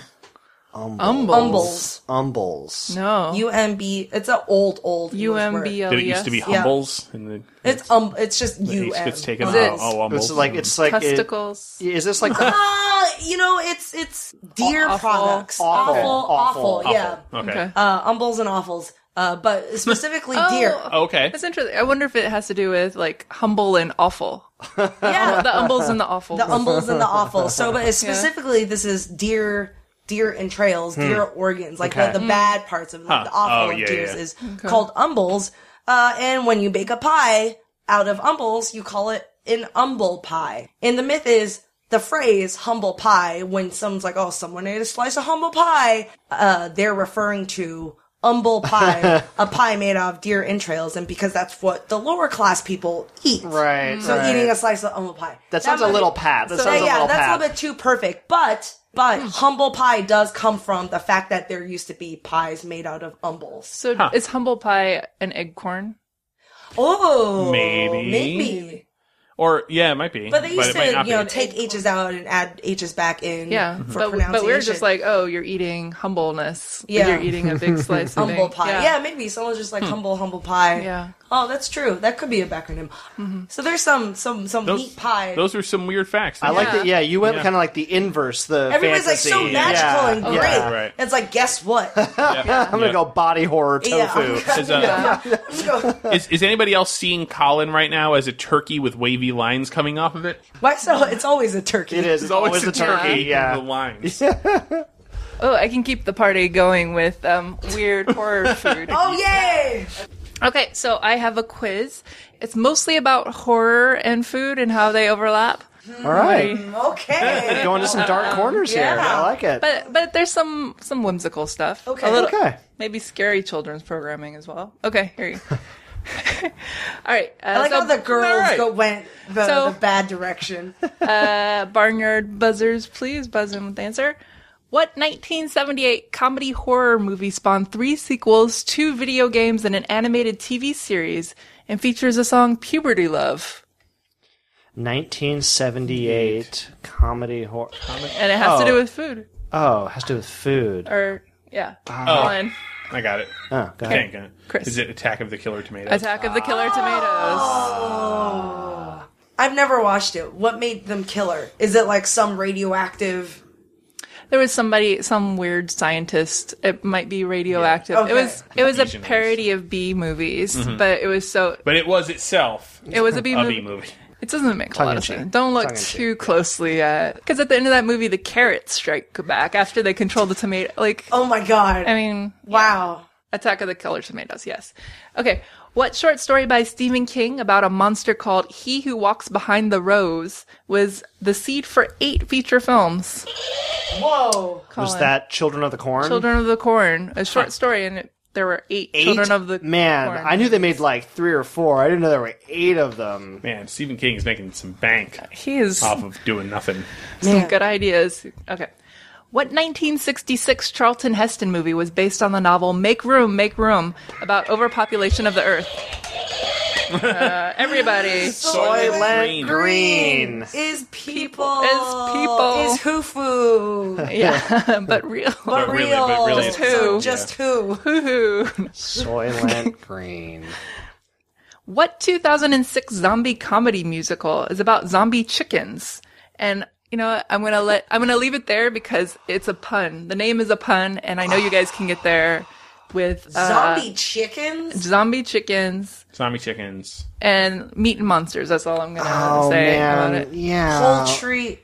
Speaker 2: Um, Umbles.
Speaker 3: Umbles.
Speaker 4: No.
Speaker 2: U M B. It's an old, old English word.
Speaker 4: UMBLES.
Speaker 5: Did it used to be humbles? And the,
Speaker 2: It's um. It's just
Speaker 5: the
Speaker 2: U
Speaker 5: H
Speaker 2: M.
Speaker 5: gets taken
Speaker 2: Is
Speaker 5: out.
Speaker 2: it-
Speaker 5: Oh, humbles.
Speaker 3: It's like it's like it-
Speaker 4: testicles?
Speaker 3: is this like
Speaker 2: Uh, you know, it's it's deer
Speaker 4: Awful.
Speaker 2: products.
Speaker 3: Awful.
Speaker 2: awful,
Speaker 3: Awful.
Speaker 2: yeah.
Speaker 5: Okay.
Speaker 4: Okay.
Speaker 2: Uh, umbles and offals, uh, but specifically deer.
Speaker 5: Oh, Okay.
Speaker 4: That's interesting. I wonder if it has to do with like humble and awful.
Speaker 2: Yeah,
Speaker 4: The umbles and the awful.
Speaker 2: the umbles and the offal. So, but specifically, this is deer, deer entrails, deer organs, like
Speaker 3: Hmm. Okay.
Speaker 2: the, the bad parts of like, the offal
Speaker 5: Oh,
Speaker 2: of
Speaker 5: yeah,
Speaker 2: deers
Speaker 5: yeah.
Speaker 2: is called umbles. Uh, and when you bake a pie out of umbles, you call it an umble pie. And the myth is the phrase humble pie. When someone's like, "Oh, someone ate a slice of humble pie," uh, they're referring to. Umble pie, a pie made out of deer entrails, and because that's what the lower class people eat.
Speaker 3: right?
Speaker 2: So
Speaker 3: right.
Speaker 2: eating a slice of umble pie.
Speaker 3: that sounds a
Speaker 2: might-
Speaker 3: little pat. That
Speaker 2: yeah,
Speaker 3: sounds a
Speaker 2: yeah,
Speaker 3: little
Speaker 2: that's
Speaker 3: pat.
Speaker 2: a little bit too perfect. But but
Speaker 4: Hmm.
Speaker 2: humble pie does come from the fact that there used to be pies made out of umbles.
Speaker 4: so is humble pie an eggcorn?
Speaker 2: Oh,
Speaker 5: Maybe.
Speaker 2: maybe.
Speaker 5: Or, yeah, it might be.
Speaker 2: But they used
Speaker 5: it might
Speaker 2: to
Speaker 5: not
Speaker 2: you know
Speaker 5: be.
Speaker 2: take h's out and add h's back in.
Speaker 4: Yeah,
Speaker 2: for
Speaker 4: but,
Speaker 2: pronunciation.
Speaker 4: but we're just like, oh, you're eating humbleness.
Speaker 2: Yeah.
Speaker 4: you're eating a big slice of
Speaker 2: humble
Speaker 4: egg.
Speaker 2: pie. Yeah. maybe someone's just like humble humble pie.
Speaker 4: Hmm. Yeah. Mm-hmm.
Speaker 2: Oh, that's true. That could be a backronym. So there's some some some meat pie.
Speaker 5: Those are some weird facts.
Speaker 3: I like
Speaker 4: Yeah.
Speaker 3: that. Yeah, you went
Speaker 5: Yeah.
Speaker 3: kind of like the inverse. The
Speaker 2: Everybody's like so
Speaker 3: fantasy.
Speaker 2: magical
Speaker 3: Yeah,
Speaker 2: and great.
Speaker 3: yeah.
Speaker 5: Right.
Speaker 2: It's like guess what?
Speaker 3: I'm gonna go body horror tofu.
Speaker 2: Yeah.
Speaker 5: Is, uh, is, is anybody else seeing Colin right now as a turkey with wavy lines coming off of it?
Speaker 2: Why so? It's always a turkey.
Speaker 3: It is. It's always, the turkey. Yeah.
Speaker 5: with the lines.
Speaker 4: Oh, I can keep the party going with um, weird horror food.
Speaker 2: Oh yay!
Speaker 4: Okay, so I have a quiz. It's mostly about horror and food and how they overlap.
Speaker 3: All right.
Speaker 2: Okay.
Speaker 3: Going to some dark corners here.
Speaker 2: yeah.
Speaker 3: I like it.
Speaker 4: But but there's some some whimsical stuff.
Speaker 2: Okay.
Speaker 4: A little,
Speaker 3: okay.
Speaker 4: Maybe scary children's programming as well. Okay, here you go. All right. Uh,
Speaker 2: I like
Speaker 4: so-
Speaker 2: how the girls
Speaker 4: All right.
Speaker 2: go went the,
Speaker 4: So-
Speaker 2: the bad direction.
Speaker 4: Uh, barnyard buzzers, please buzz in with the answer. What 1978 comedy horror movie spawned three sequels, two video games, and an animated TV series, and features the song "Puberty Love"?
Speaker 3: 1978 comedy horror.
Speaker 4: And it has to
Speaker 3: Oh.
Speaker 4: do with food,
Speaker 3: Oh, it has to do with food.
Speaker 4: or yeah, oh.
Speaker 3: Ah.
Speaker 5: I got it.
Speaker 3: Oh, go ahead.
Speaker 5: Dang, uh,
Speaker 4: Chris.
Speaker 5: Is it Attack of the Killer Tomatoes?
Speaker 4: Attack of the Killer Tomatoes.
Speaker 2: I've never watched it. What made them killer? Is it like some radioactive?
Speaker 4: There was somebody, some weird scientist. It might be radioactive.
Speaker 2: Yeah. Okay.
Speaker 4: It was it was a
Speaker 5: Asian
Speaker 4: parody of B movies, but it was so
Speaker 5: but it was itself
Speaker 4: it was Mm-hmm. a B
Speaker 5: a
Speaker 4: movie.
Speaker 5: B movie.
Speaker 4: It doesn't make a lot of
Speaker 3: in cheek.
Speaker 4: sense. Don't look
Speaker 3: Tongue in
Speaker 4: too closely at because at the end of that movie, the carrots strike back after they control the tomato. Like,
Speaker 2: Oh my god!
Speaker 4: I mean,
Speaker 2: wow.
Speaker 4: Attack of the Killer Tomatoes. Yes. Okay. What short story by Stephen King about a monster called He Who Walks Behind the Rose was the seed for eight feature films?
Speaker 2: Whoa.
Speaker 3: Was
Speaker 4: Colin.
Speaker 3: that Children of the Corn?
Speaker 4: Children of the Corn, a short story, and it, there were eight,
Speaker 3: Eight?
Speaker 4: Children of the
Speaker 3: Man,
Speaker 4: Corn.
Speaker 3: I knew they made like three or four. I didn't know there were eight of them.
Speaker 5: Man, Stephen King is making some bank
Speaker 4: he is
Speaker 5: off of doing nothing.
Speaker 4: Some good ideas. Okay. What 1966 Charlton Heston movie was based on the novel Make Room, Make Room about overpopulation of the earth? Uh, everybody.
Speaker 5: Soylent
Speaker 3: Soylent Green.
Speaker 2: Is people.
Speaker 4: Is people.
Speaker 2: Is Hufu.
Speaker 4: Yeah, but real.
Speaker 2: But
Speaker 5: really-
Speaker 2: real.
Speaker 5: but really
Speaker 2: just
Speaker 5: it's
Speaker 2: who?
Speaker 4: who.
Speaker 2: Just who?
Speaker 4: Woohoo.
Speaker 3: Soylent Green.
Speaker 4: What 2006 zombie comedy musical is about zombie chickens? And you know, what? I'm going to let I'm going to leave it there because it's a pun. The name is a pun and I know you guys can get there with uh,
Speaker 2: Zombie chickens?
Speaker 4: zombie chickens.
Speaker 5: Zombie chickens.
Speaker 4: and meat and monsters. That's all I'm gonna
Speaker 3: Oh
Speaker 4: say
Speaker 3: man,
Speaker 4: about it.
Speaker 3: yeah.
Speaker 2: Poultry.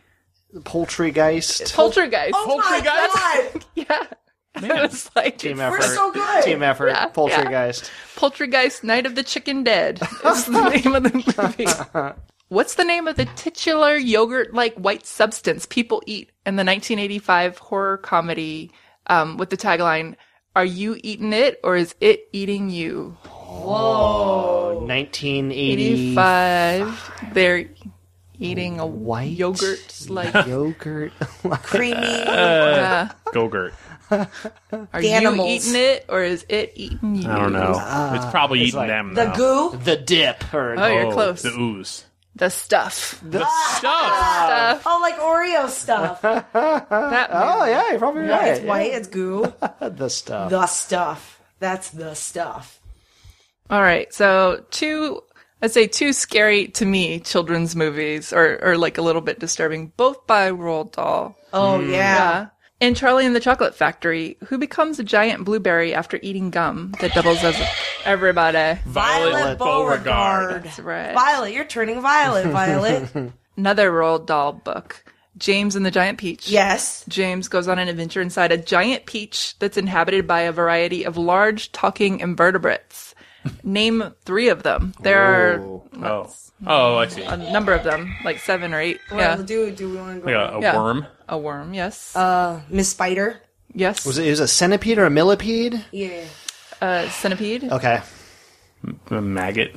Speaker 3: Poultrygeist.
Speaker 4: Poltergeist.
Speaker 2: Oh my
Speaker 5: Poltergeist?
Speaker 2: god.
Speaker 4: yeah. I was like,
Speaker 3: Team
Speaker 4: it's
Speaker 3: effort.
Speaker 2: We're so good.
Speaker 3: Team effort.
Speaker 4: Yeah,
Speaker 3: Poultrygeist.
Speaker 4: Poltergeist Night of the Chicken Dead is the name of the movie. What's the name of the titular yogurt like white substance people eat in the 1985 horror comedy um, with the tagline, Are you eating it or is it eating you?
Speaker 3: 1985
Speaker 4: 85. They're eating a
Speaker 3: White
Speaker 4: yogurt like.
Speaker 3: yogurt.
Speaker 2: Creamy.
Speaker 4: Yeah.
Speaker 5: Gogurt.
Speaker 4: Are
Speaker 2: The
Speaker 4: you
Speaker 2: animals.
Speaker 4: eating it or is it eating you?
Speaker 5: I don't know. it's probably eating
Speaker 3: like-
Speaker 5: them.
Speaker 2: the
Speaker 5: though.
Speaker 2: goo.
Speaker 3: the dip. Or
Speaker 4: Oh, you're
Speaker 5: Oh,
Speaker 4: close.
Speaker 5: The ooze.
Speaker 4: The stuff.
Speaker 5: The
Speaker 4: Ah,
Speaker 5: stuff.
Speaker 4: stuff.
Speaker 2: Oh, like Oreo stuff.
Speaker 4: That
Speaker 3: oh yeah, you're probably right.
Speaker 2: It's white, it's goo.
Speaker 3: Yeah, The stuff.
Speaker 2: The stuff. That's the stuff.
Speaker 4: All right. So two, I'd say two scary to me children's movies, or or like a little bit disturbing, both by Roald Dahl.
Speaker 2: Oh, yeah.
Speaker 4: In Charlie and the Chocolate Factory, who becomes a giant blueberry after eating gum that doubles as everybody.
Speaker 5: Violet, Beauregard.
Speaker 4: That's right.
Speaker 2: Violet, you're turning violet, Violet.
Speaker 4: Another Roald Dahl book, James and the Giant Peach.
Speaker 2: yes.
Speaker 4: James goes on an adventure inside a giant peach that's inhabited by a variety of large talking invertebrates. Name three of them. There
Speaker 5: Oh. Oh, I see.
Speaker 4: are a
Speaker 5: Like
Speaker 4: number of them, like seven or eight.
Speaker 2: Well,
Speaker 4: yeah.
Speaker 2: do do we want to go?
Speaker 5: a, a
Speaker 4: Yeah.
Speaker 5: worm.
Speaker 4: A worm, yes.
Speaker 2: Uh, Miss Spider.
Speaker 4: yes.
Speaker 3: Was it, it was a centipede or a millipede?
Speaker 2: Yeah.
Speaker 4: a Uh, centipede?
Speaker 2: Uh,
Speaker 3: Okay.
Speaker 5: A maggot.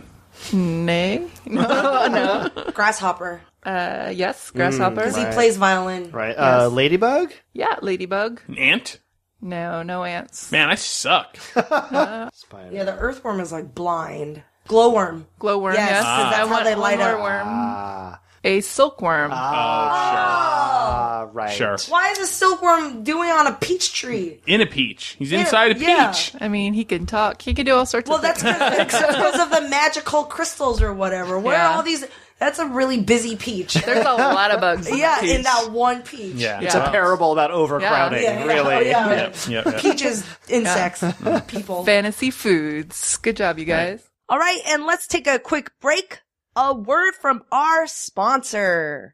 Speaker 4: Nay. No.
Speaker 2: Grasshopper.
Speaker 4: Uh, yes.
Speaker 2: Hmm,
Speaker 4: Grasshopper.
Speaker 2: Because he plays violin.
Speaker 3: Right. Uh, ladybug.
Speaker 4: Yeah. Ladybug.
Speaker 5: An ant?
Speaker 4: No. No ants.
Speaker 5: Man, I suck.
Speaker 3: Spider.
Speaker 2: Yeah, the earthworm is like blind. Glowworm.
Speaker 4: Glowworm.
Speaker 2: Yes,
Speaker 4: Yes.
Speaker 2: 'cause that's
Speaker 4: I
Speaker 2: how
Speaker 4: want
Speaker 2: they
Speaker 4: one
Speaker 2: light
Speaker 4: more
Speaker 2: up. Ah.
Speaker 4: worm. A silkworm.
Speaker 3: Ah, right.
Speaker 5: Sure.
Speaker 2: Why is a silkworm doing on a peach tree?
Speaker 5: In a peach. He's inside a
Speaker 2: yeah.
Speaker 5: peach.
Speaker 4: I mean, he can talk. He can do all sorts
Speaker 2: Well,
Speaker 4: of things.
Speaker 2: that's because of the magical crystals or whatever. Where
Speaker 4: Yeah.
Speaker 2: are all these? That's a really busy peach.
Speaker 4: There's a lot of bugs. in
Speaker 2: yeah,
Speaker 4: that
Speaker 2: in that one peach.
Speaker 5: Yeah.
Speaker 4: Yeah.
Speaker 3: It's a parable about overcrowding.
Speaker 2: Yeah, yeah,
Speaker 3: Really.
Speaker 2: oh, yeah.
Speaker 5: Yeah, yeah.
Speaker 2: Peaches, insects, people.
Speaker 4: Fantasy foods. Good job, you guys.
Speaker 2: All right, and let's take a quick break. A word from our sponsor.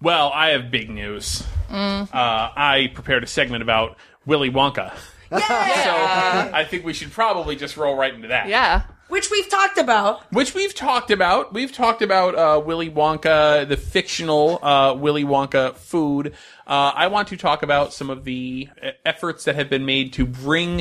Speaker 5: Well, I have big news. Uh, I prepared a segment about Willy Wonka. So I think we should probably just roll right into that.
Speaker 4: Yeah.
Speaker 2: Which we've talked about.
Speaker 5: Which we've talked about. We've talked about uh, Willy Wonka, the fictional uh, Willy Wonka food. Uh, I want to talk about some of the uh, efforts that have been made to bring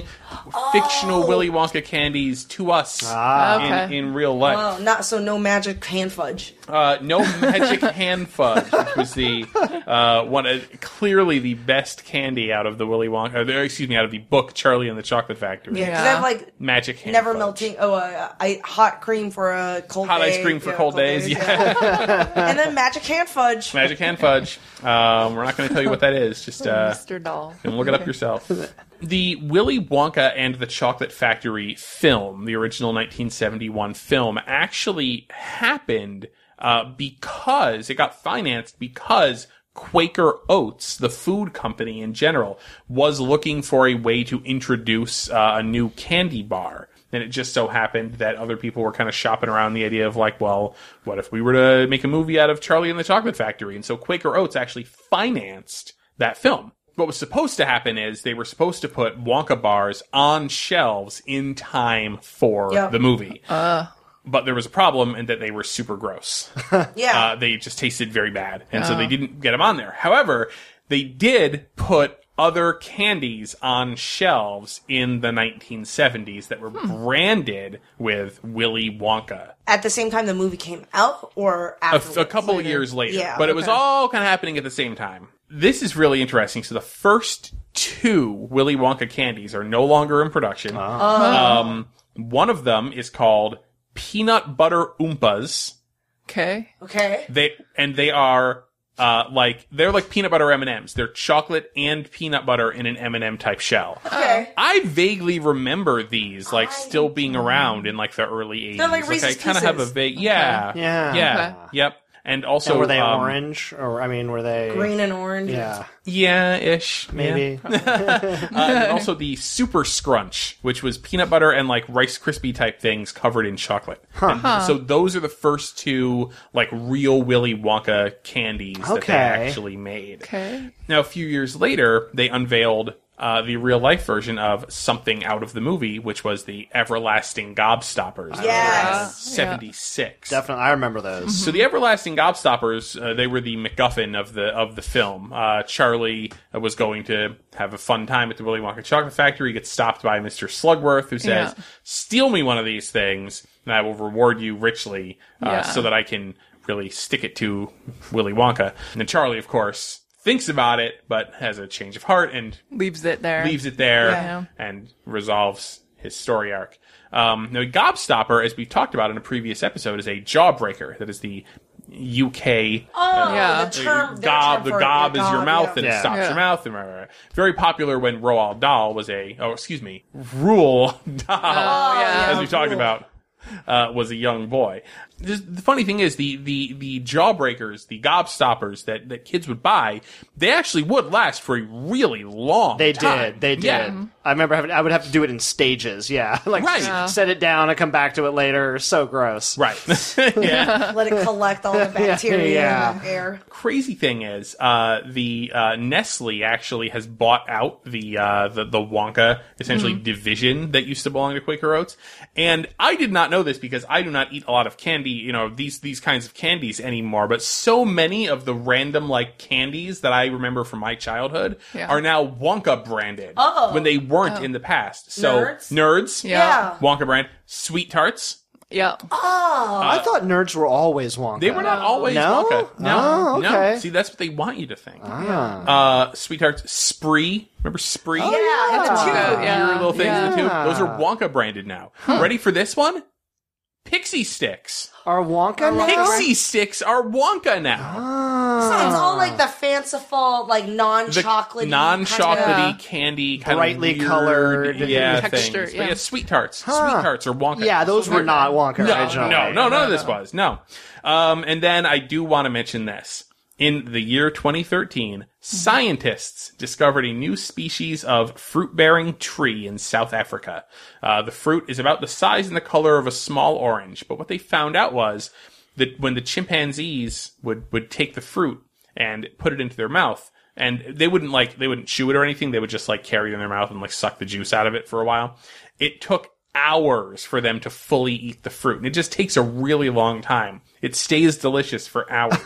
Speaker 5: fictional
Speaker 2: Oh.
Speaker 5: Willy Wonka candies to us
Speaker 2: Ah.
Speaker 5: in,
Speaker 4: Okay.
Speaker 5: in real life.
Speaker 2: Oh, not so no magic hand fudge.
Speaker 5: Uh, no magic hand fudge, which was the uh, one uh, clearly the best candy out of the Willy Wonka. Or, the- excuse me, out of the book Charlie and the Chocolate Factory.
Speaker 2: Yeah, 'cause I have like
Speaker 5: Magic hand
Speaker 2: never
Speaker 5: fudge.
Speaker 2: melting. Oh, uh, I, hot cream for a cold
Speaker 5: Hot
Speaker 2: day.
Speaker 5: ice cream for
Speaker 2: Yeah,
Speaker 5: cold, days. Yeah,
Speaker 2: and then magic hand fudge.
Speaker 5: magic hand fudge. Um, we're not going to tell you what that is. Just uh,
Speaker 4: Mr. Doll.
Speaker 5: and look it up yourself. The Willy Wonka and the Chocolate Factory film, the original 1971 film, actually happened uh, because it got financed because Quaker Oats, the food company in general, was looking for a way to introduce uh, a new candy bar. And it just so happened that other people were kind of shopping around the idea of like, well, what if we were to make a movie out of Charlie and the Chocolate Factory? And so Quaker Oats actually financed that film. What was supposed to happen is they were supposed to put Wonka bars on shelves in time for
Speaker 2: Yep.
Speaker 5: the movie. But there was a problem in that they were super gross.
Speaker 2: Yeah.
Speaker 5: Uh, they just tasted very bad, and so they didn't get them on there. However, they did put other candies on shelves in the 1970s that were branded with Willy Wonka.
Speaker 2: at the same time the movie came out, or
Speaker 5: A-
Speaker 2: after
Speaker 5: a, couple of years later.
Speaker 2: Yeah,
Speaker 5: but it was
Speaker 2: okay.
Speaker 5: all kind of happening at the same time. This is really interesting. So the first two Willy Wonka candies are no longer in production. Um, one of them is called Peanut Butter Oompas.
Speaker 4: Okay.
Speaker 2: Okay.
Speaker 5: They and they are uh, like they're like peanut butter M and M's. They're chocolate and peanut butter in an M and m type shell.
Speaker 2: Okay.
Speaker 5: I vaguely remember these like still being around in like the early eighties.
Speaker 2: They're like
Speaker 5: I
Speaker 2: Reese's
Speaker 5: kind of have a
Speaker 2: Pieces.
Speaker 5: vague, yeah,
Speaker 3: Yeah.
Speaker 5: yeah,
Speaker 4: Okay.
Speaker 5: yep. And also,
Speaker 3: So were they
Speaker 5: um,
Speaker 3: orange, or I mean, were they
Speaker 2: Green and orange.
Speaker 3: Yeah,
Speaker 5: Yeah, ish.
Speaker 3: maybe.
Speaker 5: Yeah. Uh, and also the super scrunch, which was peanut butter and like Rice crispy type things covered in chocolate. And So those are the first two like real Willy Wonka candies that they
Speaker 3: Okay.
Speaker 5: actually made.
Speaker 4: Okay.
Speaker 5: Now, a few years later, they unveiled uh, the real life version of something out of the movie, which was the everlasting gobstoppers.
Speaker 2: Yes.
Speaker 5: seventy six.
Speaker 3: Definitely, I remember those.
Speaker 5: So the everlasting gobstoppers, uh, they were the MacGuffin of the of the film. Uh, Charlie uh, was going to have a fun time at the Willy Wonka chocolate factory. He gets stopped by Mister Slugworth, who says,
Speaker 4: Yeah.
Speaker 5: "Steal me one of these things, and I will reward you richly, uh,
Speaker 4: Yeah.
Speaker 5: so that I can really stick it to Willy Wonka." And then Charlie, of course, thinks about it, but has a change of heart and
Speaker 4: Leaves it there.
Speaker 5: leaves it there
Speaker 4: Yeah.
Speaker 5: and resolves his story arc. Um, now, Gobstopper, as we've talked about in a previous episode, is a jawbreaker. That is the UK
Speaker 4: Yeah.
Speaker 2: The term, their term
Speaker 5: gob. The
Speaker 2: for it,
Speaker 5: gob is your mouth
Speaker 2: yeah.
Speaker 5: and it
Speaker 3: Yeah.
Speaker 5: stops
Speaker 4: Yeah.
Speaker 5: your mouth. And rah, rah, rah. very popular when Roald Dahl was a oh excuse me Ruel Dahl
Speaker 2: Oh,
Speaker 4: yeah.
Speaker 5: as we talked about, uh, was a young boy. This, the funny thing is, the, the, the jawbreakers, the gobstoppers that, that kids would buy, they actually would last for a really long
Speaker 3: They
Speaker 5: time.
Speaker 3: did. They did.
Speaker 5: Yeah.
Speaker 3: I remember having, I would have to do it in stages. Yeah, like
Speaker 5: Right.
Speaker 3: s- set it down and come back to it later. So gross.
Speaker 5: Right. yeah.
Speaker 2: Let it collect all the bacteria
Speaker 3: Yeah.
Speaker 2: in the air.
Speaker 5: Crazy thing is, uh, the uh, Nestle actually has bought out the uh, the, the Wonka essentially
Speaker 4: Mm-hmm.
Speaker 5: division that used to belong to Quaker Oats, and I did not know this because I do not eat a lot of candy, you know these these kinds of candies anymore. But so many of the random like candies that I remember from my childhood
Speaker 4: Yeah. Oh.
Speaker 5: are now Wonka branded when they weren't in the past. So
Speaker 2: Nerds?
Speaker 4: Yeah.
Speaker 5: Wonka brand, sweet tarts.
Speaker 4: Yeah.
Speaker 5: Uh,
Speaker 2: Ah.
Speaker 3: I thought nerds were always Wonka.
Speaker 5: They were not always
Speaker 3: No?
Speaker 5: Wonka. No,
Speaker 3: Oh, okay.
Speaker 5: no. See, that's what they want you to think.
Speaker 3: Ah.
Speaker 5: Uh, sweethearts, Spree. Remember Spree?
Speaker 2: yeah, that's cute.
Speaker 4: Yeah.
Speaker 5: Your little things in the tube.
Speaker 3: Yeah.
Speaker 5: Those are Wonka branded now. Ready for this one? Pixie sticks.
Speaker 3: Are Wonka now?
Speaker 5: Pixie sticks are Wonka
Speaker 3: Ah.
Speaker 5: now.
Speaker 2: So it's all like the fanciful, like
Speaker 5: The
Speaker 2: non-chocolatey,
Speaker 5: non-chocolatey
Speaker 4: Yeah.
Speaker 5: candy, kind
Speaker 3: Brightly
Speaker 5: of weird,
Speaker 3: colored.
Speaker 5: yeah,
Speaker 4: Texture,
Speaker 5: things. But
Speaker 4: yeah.
Speaker 5: yeah, sweet tarts. Sweet
Speaker 3: Huh.
Speaker 5: tarts are Wonka.
Speaker 3: Yeah, those were not Wonka
Speaker 5: No,
Speaker 3: originally.
Speaker 5: no, no, none of this was. No. Um, and then I do want to mention this. In the year 2013, scientists discovered a new species of fruit bearing tree in South Africa. Uh, the fruit is about the size and the color of a small orange, but what they found out was that when the chimpanzees would, would take the fruit and put it into their mouth, and they wouldn't like, they wouldn't chew it or anything, they would just like carry it in their mouth and like suck the juice out of it for a while. It took hours for them to fully eat the fruit. And it just takes a really long time. It stays delicious for hours.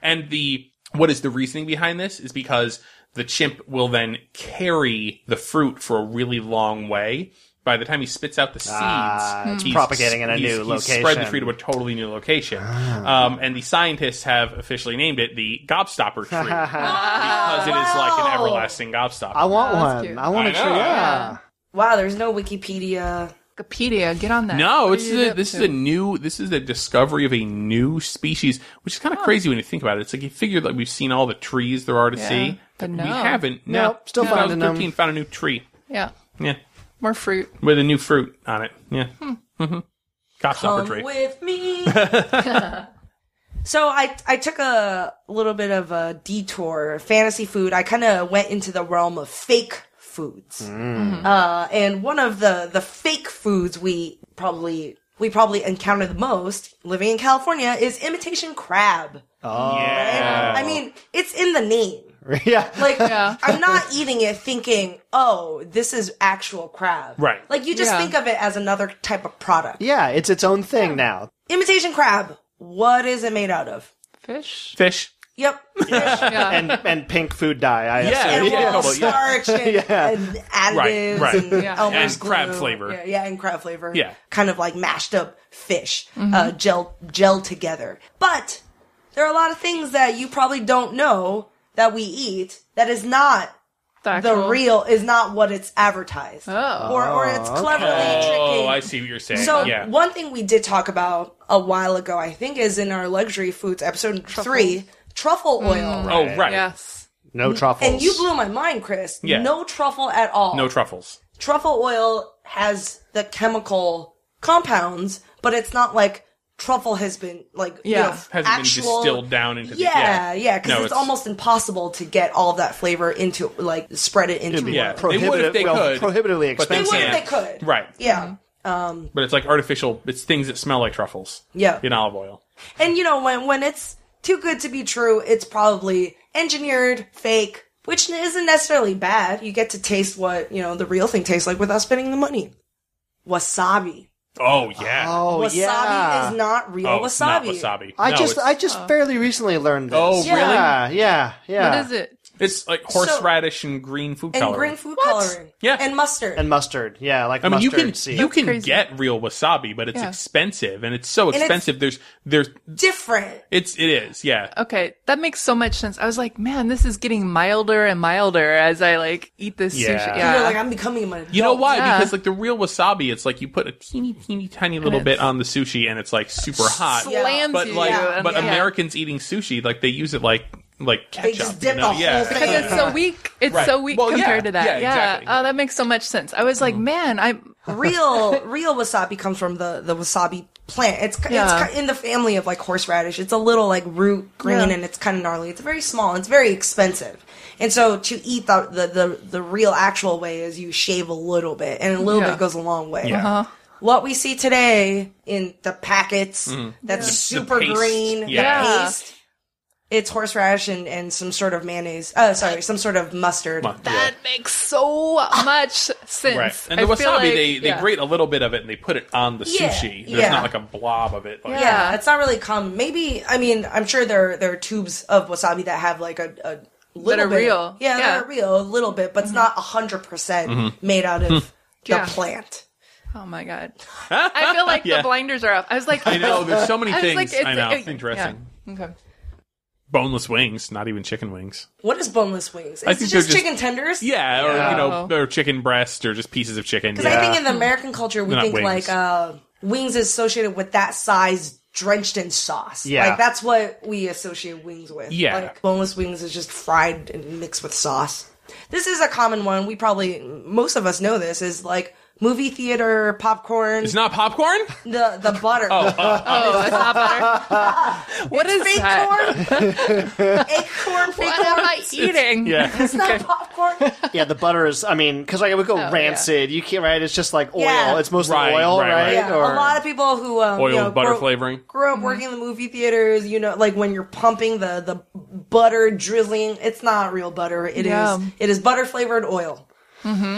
Speaker 5: and the What is the reasoning behind this? Is because the chimp will then carry the fruit for a really long way. By the time he spits out the seeds,
Speaker 3: Ah, it's
Speaker 5: he's-
Speaker 3: propagating in a
Speaker 5: he's-
Speaker 3: new
Speaker 5: he's Spread the
Speaker 3: location.
Speaker 5: tree to a totally new location. Um, and the scientists have officially named it the Gobstopper Tree because it is like an everlasting gobstopper.
Speaker 3: I want one.
Speaker 4: cute.
Speaker 3: I want
Speaker 5: I
Speaker 3: a tree.
Speaker 5: know.
Speaker 3: Yeah.
Speaker 2: Wow, there's no Wikipedia.
Speaker 4: Wikipedia, get on that.
Speaker 5: No,
Speaker 4: What
Speaker 5: it's
Speaker 4: are you
Speaker 5: a,
Speaker 4: up
Speaker 5: this is
Speaker 4: to?
Speaker 5: a new this is the discovery of a new species, which is kind of crazy when you think about it. It's like you figure that we've seen all the trees there are to
Speaker 4: Yeah,
Speaker 5: see,
Speaker 4: but
Speaker 5: we
Speaker 4: no.
Speaker 5: haven't. No,
Speaker 3: Nope, still finding
Speaker 5: 2013
Speaker 3: them.
Speaker 5: found a new tree.
Speaker 4: yeah.
Speaker 5: Yeah,
Speaker 4: More fruit.
Speaker 5: with a new fruit on it. Yeah, hmm. gobstopper
Speaker 2: Come
Speaker 5: tree.
Speaker 2: with me. so I I took a little bit of a detour. Fantasy food. I kind of went into the realm of fake foods.
Speaker 5: Mm.
Speaker 2: Uh, and one of the the fake foods we probably we probably encounter the most living in California is imitation crab.
Speaker 5: yeah,
Speaker 2: I mean, it's in the name.
Speaker 3: yeah.
Speaker 2: Like I'm not eating it thinking, "Oh, this is actual crab."
Speaker 5: Right.
Speaker 2: Like you just
Speaker 4: Yeah.
Speaker 2: think of it as another type of product.
Speaker 3: Yeah, it's its own thing now.
Speaker 2: Imitation crab. What is it made out of?
Speaker 4: Fish.
Speaker 5: fish.
Speaker 2: Yep.
Speaker 3: And and pink food dye. I
Speaker 5: Yeah.
Speaker 2: and
Speaker 3: assume.
Speaker 5: yeah,
Speaker 2: raw
Speaker 5: totally, yeah.
Speaker 2: starch and,
Speaker 3: Yeah.
Speaker 2: and additives
Speaker 5: right.
Speaker 2: and
Speaker 4: Yeah.
Speaker 2: Elmer's
Speaker 5: And crab
Speaker 2: glue.
Speaker 5: flavor.
Speaker 2: Yeah, yeah, and crab flavor.
Speaker 5: Yeah.
Speaker 2: Kind of like mashed up fish,
Speaker 4: Mm-hmm.
Speaker 2: uh, gel gel together. But there are a lot of things that you probably don't know that we eat that is not the
Speaker 4: actual-
Speaker 2: real is not what it's advertised.
Speaker 4: Oh.
Speaker 2: Or or it's cleverly
Speaker 5: Oh,
Speaker 2: tricking.
Speaker 5: I see what you're saying.
Speaker 2: So
Speaker 5: yeah,
Speaker 2: one thing we did talk about a while ago, I think, is in our luxury foods episode three, truffle
Speaker 4: Mm.
Speaker 2: oil.
Speaker 5: oh right,
Speaker 4: Yes.
Speaker 3: No truffles.
Speaker 2: And you blew my mind, Chris.
Speaker 5: Yeah.
Speaker 2: No truffle at all.
Speaker 5: no truffles.
Speaker 2: truffle oil has the chemical compounds, but it's not like truffle has been like you
Speaker 4: Yeah.
Speaker 2: know,
Speaker 5: Hasn't been
Speaker 2: actual-
Speaker 5: distilled down into the- yeah.
Speaker 2: yeah yeah because
Speaker 5: No,
Speaker 2: it's,
Speaker 5: it's-
Speaker 2: almost impossible to get all of that flavor into like spread it into
Speaker 5: Yeah,
Speaker 2: one.
Speaker 5: they would if they
Speaker 3: Prohibitive- well,
Speaker 5: could.
Speaker 3: prohibitively
Speaker 5: but
Speaker 2: They would if
Speaker 5: can't.
Speaker 2: they could.
Speaker 5: Right,
Speaker 2: Yeah.
Speaker 5: but it's like artificial. It's things that smell like truffles.
Speaker 2: Yeah.
Speaker 5: in olive oil.
Speaker 2: And you know, when when it's too good to be true, it's probably engineered, fake, which isn't necessarily bad. You get to taste what, you know, the real thing tastes like without spending the money. Wasabi.
Speaker 5: Oh yeah.
Speaker 3: Oh
Speaker 2: Wasabi
Speaker 3: yeah.
Speaker 2: is not real
Speaker 5: Oh,
Speaker 2: wasabi.
Speaker 5: it's not wasabi.
Speaker 3: I
Speaker 5: No,
Speaker 3: just
Speaker 5: it's-
Speaker 3: I just
Speaker 2: Oh.
Speaker 3: fairly recently learned this.
Speaker 5: Oh,
Speaker 2: Yeah.
Speaker 3: Yeah, yeah, yeah.
Speaker 4: What is it?
Speaker 5: It's like horseradish and green food
Speaker 2: And
Speaker 5: coloring.
Speaker 2: green food coloring.
Speaker 5: Yeah.
Speaker 2: And mustard.
Speaker 3: And mustard. Yeah, like
Speaker 5: I mean, you
Speaker 3: mustard
Speaker 5: can
Speaker 3: seed.
Speaker 5: you can
Speaker 4: crazy.
Speaker 5: get real wasabi, but it's
Speaker 4: Yeah.
Speaker 5: expensive, and it's so
Speaker 2: it's-
Speaker 5: expensive. there's there's
Speaker 2: Different.
Speaker 5: it's it is yeah.
Speaker 4: Okay, that makes so much sense. I was like, man, this is getting milder and milder as I like eat this
Speaker 5: Yeah.
Speaker 4: sushi.
Speaker 2: You're
Speaker 4: Yeah.
Speaker 2: like, I'm becoming an adult.
Speaker 5: You know why?
Speaker 4: yeah.
Speaker 5: Because like the real wasabi, it's like you put a teeny teeny tiny little bit on the sushi, and it's like super hot.
Speaker 2: Yeah.
Speaker 4: Slams
Speaker 5: But
Speaker 4: you.
Speaker 5: like,
Speaker 4: Yeah.
Speaker 5: but
Speaker 4: Yeah.
Speaker 5: Americans eating sushi, like they use it like like ketchup.
Speaker 2: They just dip
Speaker 5: you know?
Speaker 2: the
Speaker 5: yeah.
Speaker 2: whole thing.
Speaker 4: Because it's so weak. It's
Speaker 5: Right.
Speaker 4: so weak
Speaker 5: Well, yeah.
Speaker 4: compared to that.
Speaker 5: Yeah,
Speaker 4: Yeah.
Speaker 5: exactly. Mm-hmm.
Speaker 4: Oh, that makes so much sense. I was like, man, I
Speaker 2: real real wasabi comes from the the wasabi plant. It's ki-
Speaker 4: Yeah.
Speaker 2: it's ki- in the family of like horseradish. It's a little like root green
Speaker 4: Yeah.
Speaker 2: and it's kind of gnarly. It's very small. and It's very expensive. And so to eat the the the, the real actual way is you shave a little bit and a little
Speaker 4: Yeah.
Speaker 2: bit goes a long way.
Speaker 5: Yeah. Uh-huh.
Speaker 2: What we see today in the packets that's
Speaker 5: Mm. The- the
Speaker 2: super
Speaker 5: paste.
Speaker 2: green,
Speaker 5: Yeah.
Speaker 2: the
Speaker 4: Yeah.
Speaker 2: paste. It's horseradish and, and some sort of mayonnaise. Uh, sorry, some sort of mustard.
Speaker 5: Well, yeah.
Speaker 4: that makes so much sense.
Speaker 5: Right. And
Speaker 4: I
Speaker 5: the
Speaker 4: feel
Speaker 5: wasabi,
Speaker 4: like-
Speaker 5: they, they
Speaker 4: yeah.
Speaker 5: grate a little bit of it and they put it on the
Speaker 2: Yeah,
Speaker 5: sushi. There's
Speaker 2: yeah.
Speaker 5: not like a blob of it. Like,
Speaker 2: Yeah, it's not really common. Maybe I mean I'm sure there there are tubes of wasabi that have like a, a little
Speaker 4: are
Speaker 2: bit.
Speaker 4: real.
Speaker 2: Yeah,
Speaker 4: Yeah. Mm-hmm.
Speaker 2: that are real a little bit, but it's not hundred percent
Speaker 5: Mm-hmm.
Speaker 2: made out of the
Speaker 4: Hmm. Yeah.
Speaker 2: plant.
Speaker 4: Oh my god. I feel like
Speaker 5: Yeah.
Speaker 4: the blinders are off. I was like,
Speaker 5: I know. There's so many
Speaker 4: I was
Speaker 5: things.
Speaker 4: like, it's-
Speaker 5: I know.
Speaker 4: it-
Speaker 5: Interesting.
Speaker 4: yeah. Okay.
Speaker 5: Boneless wings, not even chicken wings.
Speaker 2: What is boneless wings?
Speaker 5: I
Speaker 2: It's
Speaker 5: think
Speaker 2: just,
Speaker 5: they're just-
Speaker 2: chicken tenders.
Speaker 5: Yeah, or you know,
Speaker 4: Oh.
Speaker 5: or chicken breast, or just pieces of chicken.
Speaker 2: because
Speaker 5: Yeah.
Speaker 2: I think in the American culture we
Speaker 5: They're not
Speaker 2: think like
Speaker 5: wings.
Speaker 2: uh, wings is associated with that size drenched in sauce.
Speaker 3: Yeah.
Speaker 2: like that's what we associate wings with.
Speaker 5: Yeah.
Speaker 2: like boneless wings is just fried and mixed with sauce. This is a common one. We probably most of us know this is like movie theater popcorn.
Speaker 5: it's not uh, popcorn.
Speaker 2: the the butter.
Speaker 4: Oh, it's not butter. What is
Speaker 2: fake
Speaker 4: that?
Speaker 2: corn. Acorn fake
Speaker 4: What am
Speaker 2: corn.
Speaker 4: I eating?
Speaker 5: Yeah,
Speaker 2: It's not popcorn.
Speaker 3: yeah, the butter is. I mean, because like it would go rancid. You can't, right? It's just like oil.
Speaker 2: Oh, Yeah.
Speaker 3: It's mostly
Speaker 5: Right,
Speaker 3: oil,
Speaker 5: right,
Speaker 3: right?
Speaker 5: right.
Speaker 2: Yeah,
Speaker 3: Or
Speaker 2: a lot of people who um,
Speaker 5: Oil
Speaker 2: you know,
Speaker 5: with butter
Speaker 2: grow-
Speaker 5: flavoring.
Speaker 2: Grew up working in the movie theaters, you know, like when you're pumping the the butter drizzling. It's not real butter. It is
Speaker 4: Yeah.
Speaker 2: it is butter flavored oil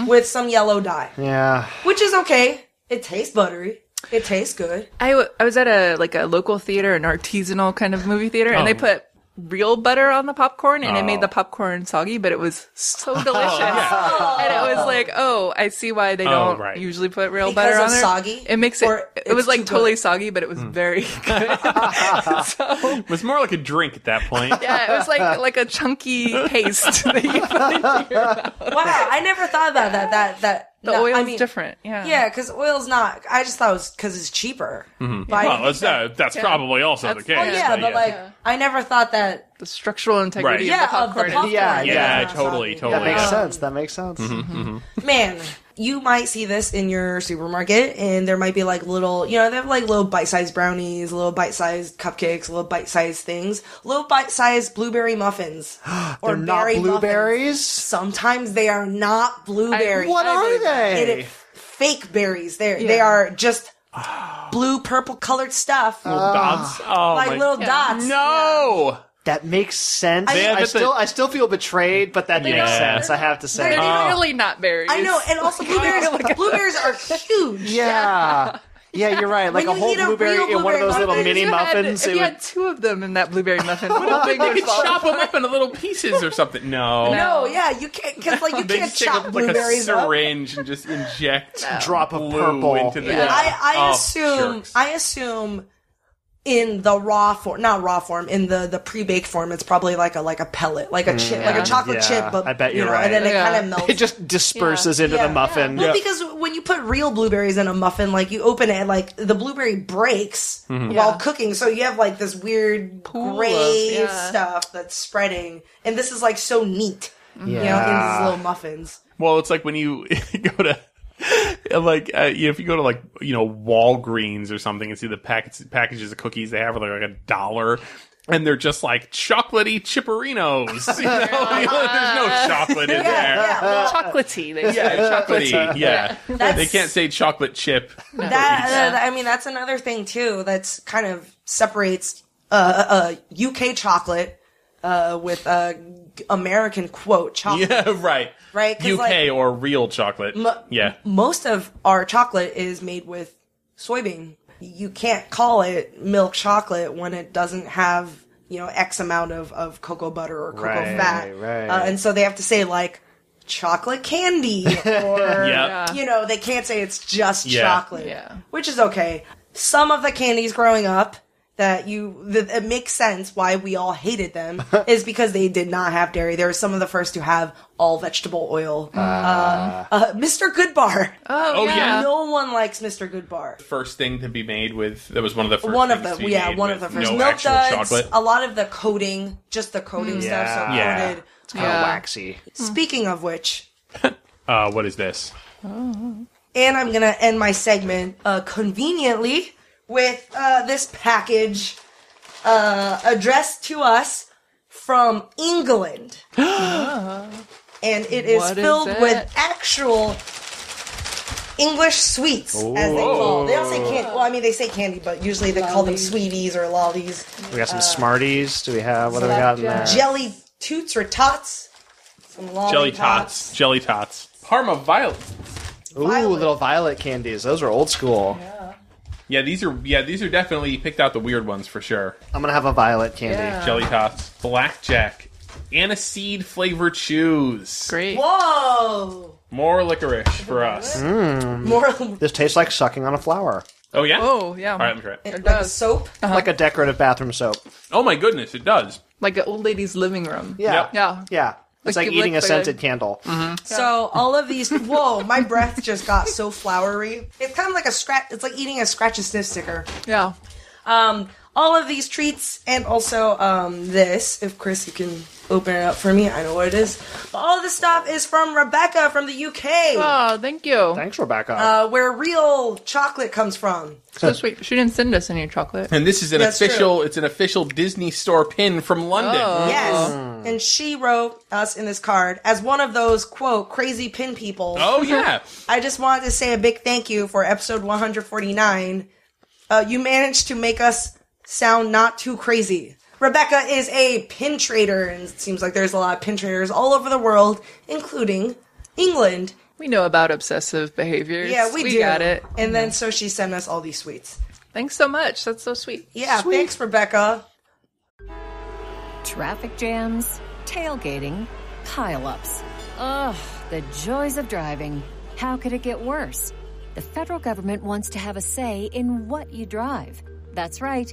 Speaker 2: with some yellow dye,
Speaker 3: yeah,
Speaker 2: which is okay. It tastes buttery. It tastes good.
Speaker 4: I, w- I was at a like a local theater, an artisanal kind of movie theater, and they put real butter on the popcorn and it
Speaker 5: Oh.
Speaker 4: made the popcorn soggy, but it was so
Speaker 2: Oh.
Speaker 4: delicious. And it was like, oh, I see why they
Speaker 5: Oh,
Speaker 4: don't
Speaker 5: right.
Speaker 4: usually put real
Speaker 2: Because
Speaker 4: butter
Speaker 2: of
Speaker 4: on there.
Speaker 2: soggy?
Speaker 4: It makes it.
Speaker 2: Or
Speaker 4: It was
Speaker 2: it's
Speaker 4: like
Speaker 2: too
Speaker 4: totally
Speaker 2: good?
Speaker 4: soggy, but it
Speaker 5: Hmm.
Speaker 4: was very good. so
Speaker 5: It was more like a drink at that point.
Speaker 4: yeah, it was like like a chunky paste. that you put into your mouth.
Speaker 2: Wow, I never thought about that. That that
Speaker 4: The
Speaker 2: no,
Speaker 4: oil
Speaker 2: I
Speaker 4: is
Speaker 2: mean-
Speaker 4: different. Yeah.
Speaker 2: Yeah, because oil's not. I just thought it was because it's cheaper. But I
Speaker 5: Well,
Speaker 2: didn't think
Speaker 5: that's,
Speaker 2: that-
Speaker 5: uh, that's probably also
Speaker 4: That's-
Speaker 5: the case.
Speaker 4: oh,
Speaker 2: well, yeah,
Speaker 5: but
Speaker 2: but like I never thought that.
Speaker 4: The structural integrity of
Speaker 5: Right.
Speaker 4: the
Speaker 2: Yeah, of the
Speaker 4: popcorn. is-
Speaker 2: popcorn.
Speaker 3: Yeah,
Speaker 5: yeah,
Speaker 3: yeah.
Speaker 5: totally, totally.
Speaker 3: That makes
Speaker 5: yeah.
Speaker 3: sense. That makes sense.
Speaker 5: Mm-hmm.
Speaker 2: Mm-hmm. man, you might see this in your supermarket, and there might be like little, you know, they have like little bite-sized brownies, little bite-sized cupcakes, little bite-sized things, little bite-sized blueberry muffins, or
Speaker 3: They're not
Speaker 2: berry muffins.
Speaker 3: blueberries.
Speaker 2: Sometimes they are not blueberries.
Speaker 3: What
Speaker 4: I
Speaker 3: are
Speaker 4: believe that.
Speaker 3: they?
Speaker 2: It is fake berries. They are they are just blue purple colored stuff,
Speaker 5: Dots. Oh,
Speaker 2: like
Speaker 5: my-
Speaker 2: little dots.
Speaker 5: No!
Speaker 3: That makes sense.
Speaker 2: They
Speaker 3: I,
Speaker 5: have it
Speaker 3: still,
Speaker 5: the-
Speaker 3: I still feel betrayed, but that makes
Speaker 5: Yeah.
Speaker 3: sense. I have to say. Uh,
Speaker 4: They're
Speaker 3: Yeah.
Speaker 5: Uh,
Speaker 4: really not berries.
Speaker 2: I know, and also blueberries. blueberries are huge.
Speaker 3: yeah. you're right. Like
Speaker 2: When
Speaker 3: a
Speaker 2: you
Speaker 3: whole
Speaker 2: eat a
Speaker 3: blueberry
Speaker 2: real
Speaker 3: in one
Speaker 2: blueberry
Speaker 3: of those little
Speaker 2: muffin,
Speaker 3: mini
Speaker 4: If you had-
Speaker 3: muffins.
Speaker 4: If
Speaker 3: it
Speaker 4: you
Speaker 3: would-
Speaker 4: had two of them in that blueberry muffin, what a big
Speaker 5: They could
Speaker 4: result.
Speaker 5: chop them up into little pieces or something. No.
Speaker 2: No, yeah, you can't because like you
Speaker 5: They
Speaker 2: can't
Speaker 5: just take
Speaker 2: chop
Speaker 5: a, like a
Speaker 2: blueberries up.
Speaker 5: syringe and just inject
Speaker 3: Drop of
Speaker 5: blue
Speaker 3: purple.
Speaker 5: into the.
Speaker 4: Yeah.
Speaker 2: I, I
Speaker 5: Oh,
Speaker 2: assume
Speaker 5: jerks.
Speaker 2: I assume in the raw form, not raw form, in the the pre baked form, it's probably like a like a pellet, like a chip, like a chocolate
Speaker 3: Mm, Yeah,
Speaker 2: chip. But
Speaker 3: I bet
Speaker 2: you
Speaker 3: you're
Speaker 2: know,
Speaker 3: right.
Speaker 2: and then it
Speaker 4: Yeah.
Speaker 2: kind of melts.
Speaker 3: It just disperses into the
Speaker 2: Yeah.
Speaker 3: muffin.
Speaker 2: Well, because when you put real blueberries in a muffin, like you open it, like the blueberry breaks
Speaker 3: Mm-hmm.
Speaker 2: while cooking, so you have like this weird
Speaker 4: Pool of-
Speaker 2: gray
Speaker 4: yeah.
Speaker 2: stuff that's spreading, and this is like so neat, you know, in these little muffins.
Speaker 5: Well, it's like when you go to like uh, you know, if you go to like you know Walgreens or something and see the packets packages of cookies they have are like a dollar. And they're just like chocolatey chipperinos. You know? There's no chocolate in there.
Speaker 4: Chocolatey. They
Speaker 5: Yeah,
Speaker 4: say.
Speaker 5: chocolatey. Yeah,
Speaker 2: That's-
Speaker 5: they can't say chocolate chip.
Speaker 2: That, uh, that- I mean, that's another thing too that's kind of separates uh, uh, UK chocolate uh, with uh, American quote chocolate.
Speaker 5: Yeah, right.
Speaker 2: Right, 'cause,
Speaker 5: UK
Speaker 2: like-
Speaker 5: or real chocolate. yeah.
Speaker 2: most of our chocolate is made with soybean. You can't call it milk chocolate when it doesn't have, you know, X amount of, of cocoa butter or cocoa
Speaker 3: Right,
Speaker 2: fat.
Speaker 3: right.
Speaker 2: Uh, and so they have to say, like, chocolate candy or,
Speaker 5: Yeah.
Speaker 2: you know, they can't say it's just
Speaker 5: Yeah.
Speaker 2: chocolate,
Speaker 4: Yeah.
Speaker 2: which is okay. Some of the candies growing up that you, that it makes sense why we all hated them is because they did not have dairy. They were some of the first to have all vegetable oil. Uh,
Speaker 5: Ah.
Speaker 2: uh, Mr. Goodbar.
Speaker 5: Oh yeah.
Speaker 2: No one likes Mr. Goodbar.
Speaker 5: First thing to be made with that was one of the first.
Speaker 2: One of
Speaker 5: things to
Speaker 2: the
Speaker 5: be
Speaker 2: yeah,
Speaker 5: made
Speaker 2: one of the
Speaker 5: with
Speaker 2: first
Speaker 5: no
Speaker 2: milk
Speaker 5: actual
Speaker 2: duds. uh,
Speaker 5: chocolate. Mm.
Speaker 2: A lot of the coating, just the coating stuff, so
Speaker 5: Yeah.
Speaker 2: coated.
Speaker 3: Kinda waxy.
Speaker 2: Speaking of which,
Speaker 5: Uh, what is this?
Speaker 2: and I'm gonna end my segment uh, conveniently with uh, this package uh, addressed to us from England, and it is
Speaker 4: What is
Speaker 2: filled
Speaker 4: it?
Speaker 2: with actual English sweets, as they call. They don't say candy. Well, I mean, they say candy, but usually they call them sweeties or lollies,
Speaker 3: We got some Smarties. Do we have? What do we got in there?
Speaker 2: jelly toots or tots, some lollipops.
Speaker 5: Jelly tots. Jelly tots. Parma violet.
Speaker 3: Ooh,
Speaker 2: violet.
Speaker 3: little violet candies. Those are old school.
Speaker 5: Yeah, these are yeah, these are definitely you picked out the weird ones for sure.
Speaker 3: I'm gonna have a violet candy.
Speaker 2: Uh.
Speaker 4: Yeah.
Speaker 5: Jelly tots, blackjack, aniseed flavored shoes,
Speaker 4: Great.
Speaker 2: Whoa!
Speaker 5: more licorice for us.
Speaker 2: More
Speaker 3: This tastes like sucking on a flower,
Speaker 5: Oh yeah.
Speaker 4: Oh yeah.
Speaker 5: All right, let me try it.
Speaker 2: like a
Speaker 4: does.
Speaker 2: soap.
Speaker 4: Uh-huh.
Speaker 3: like a decorative bathroom soap.
Speaker 5: Oh my goodness, it does.
Speaker 4: Like an old lady's living room.
Speaker 3: Yeah,
Speaker 5: Yep.
Speaker 4: Yeah.
Speaker 3: yeah. It's
Speaker 4: Like
Speaker 3: like,
Speaker 4: you
Speaker 3: eating a
Speaker 4: lick for
Speaker 3: scented
Speaker 4: the- Mm-hmm.
Speaker 3: candle.
Speaker 2: So all of these, whoa! My breath just got so flowery. It's kind of like a scratch. It's like eating a scratch and sniff sticker.
Speaker 4: Yeah.
Speaker 2: Um, all of these treats and also um this. If Chris, you can open it up for me. I know what it is. But all of this stuff is from Rebecca from the UK,
Speaker 4: Oh, thank you.
Speaker 3: Thanks, Rebecca.
Speaker 2: uh, where real chocolate comes from.
Speaker 4: so sweet. She didn't send us any chocolate.
Speaker 5: And this is an
Speaker 2: That's
Speaker 5: official. It's an official Disney store pin from London.
Speaker 2: Yes, and she wrote us in this card as one of those quote crazy pin people.
Speaker 5: Oh yeah.
Speaker 2: I just wanted to say a big thank you for episode 149. Uh, you managed to make us sound not too crazy. Rebecca is a pin trader, and it seems like there's a lot of pin traders all over the world, including England.
Speaker 4: We know about obsessive behaviors.
Speaker 2: Yeah, we,
Speaker 4: we
Speaker 2: do.
Speaker 4: got it.
Speaker 2: And then so she sent us all these sweets.
Speaker 4: Thanks so much. That's so sweet.
Speaker 2: Yeah, thanks, Rebecca.
Speaker 7: traffic jams, tailgating, pileups. Ugh, the joys of driving. How could it get worse? The federal government wants to have a say in what you drive. That's right.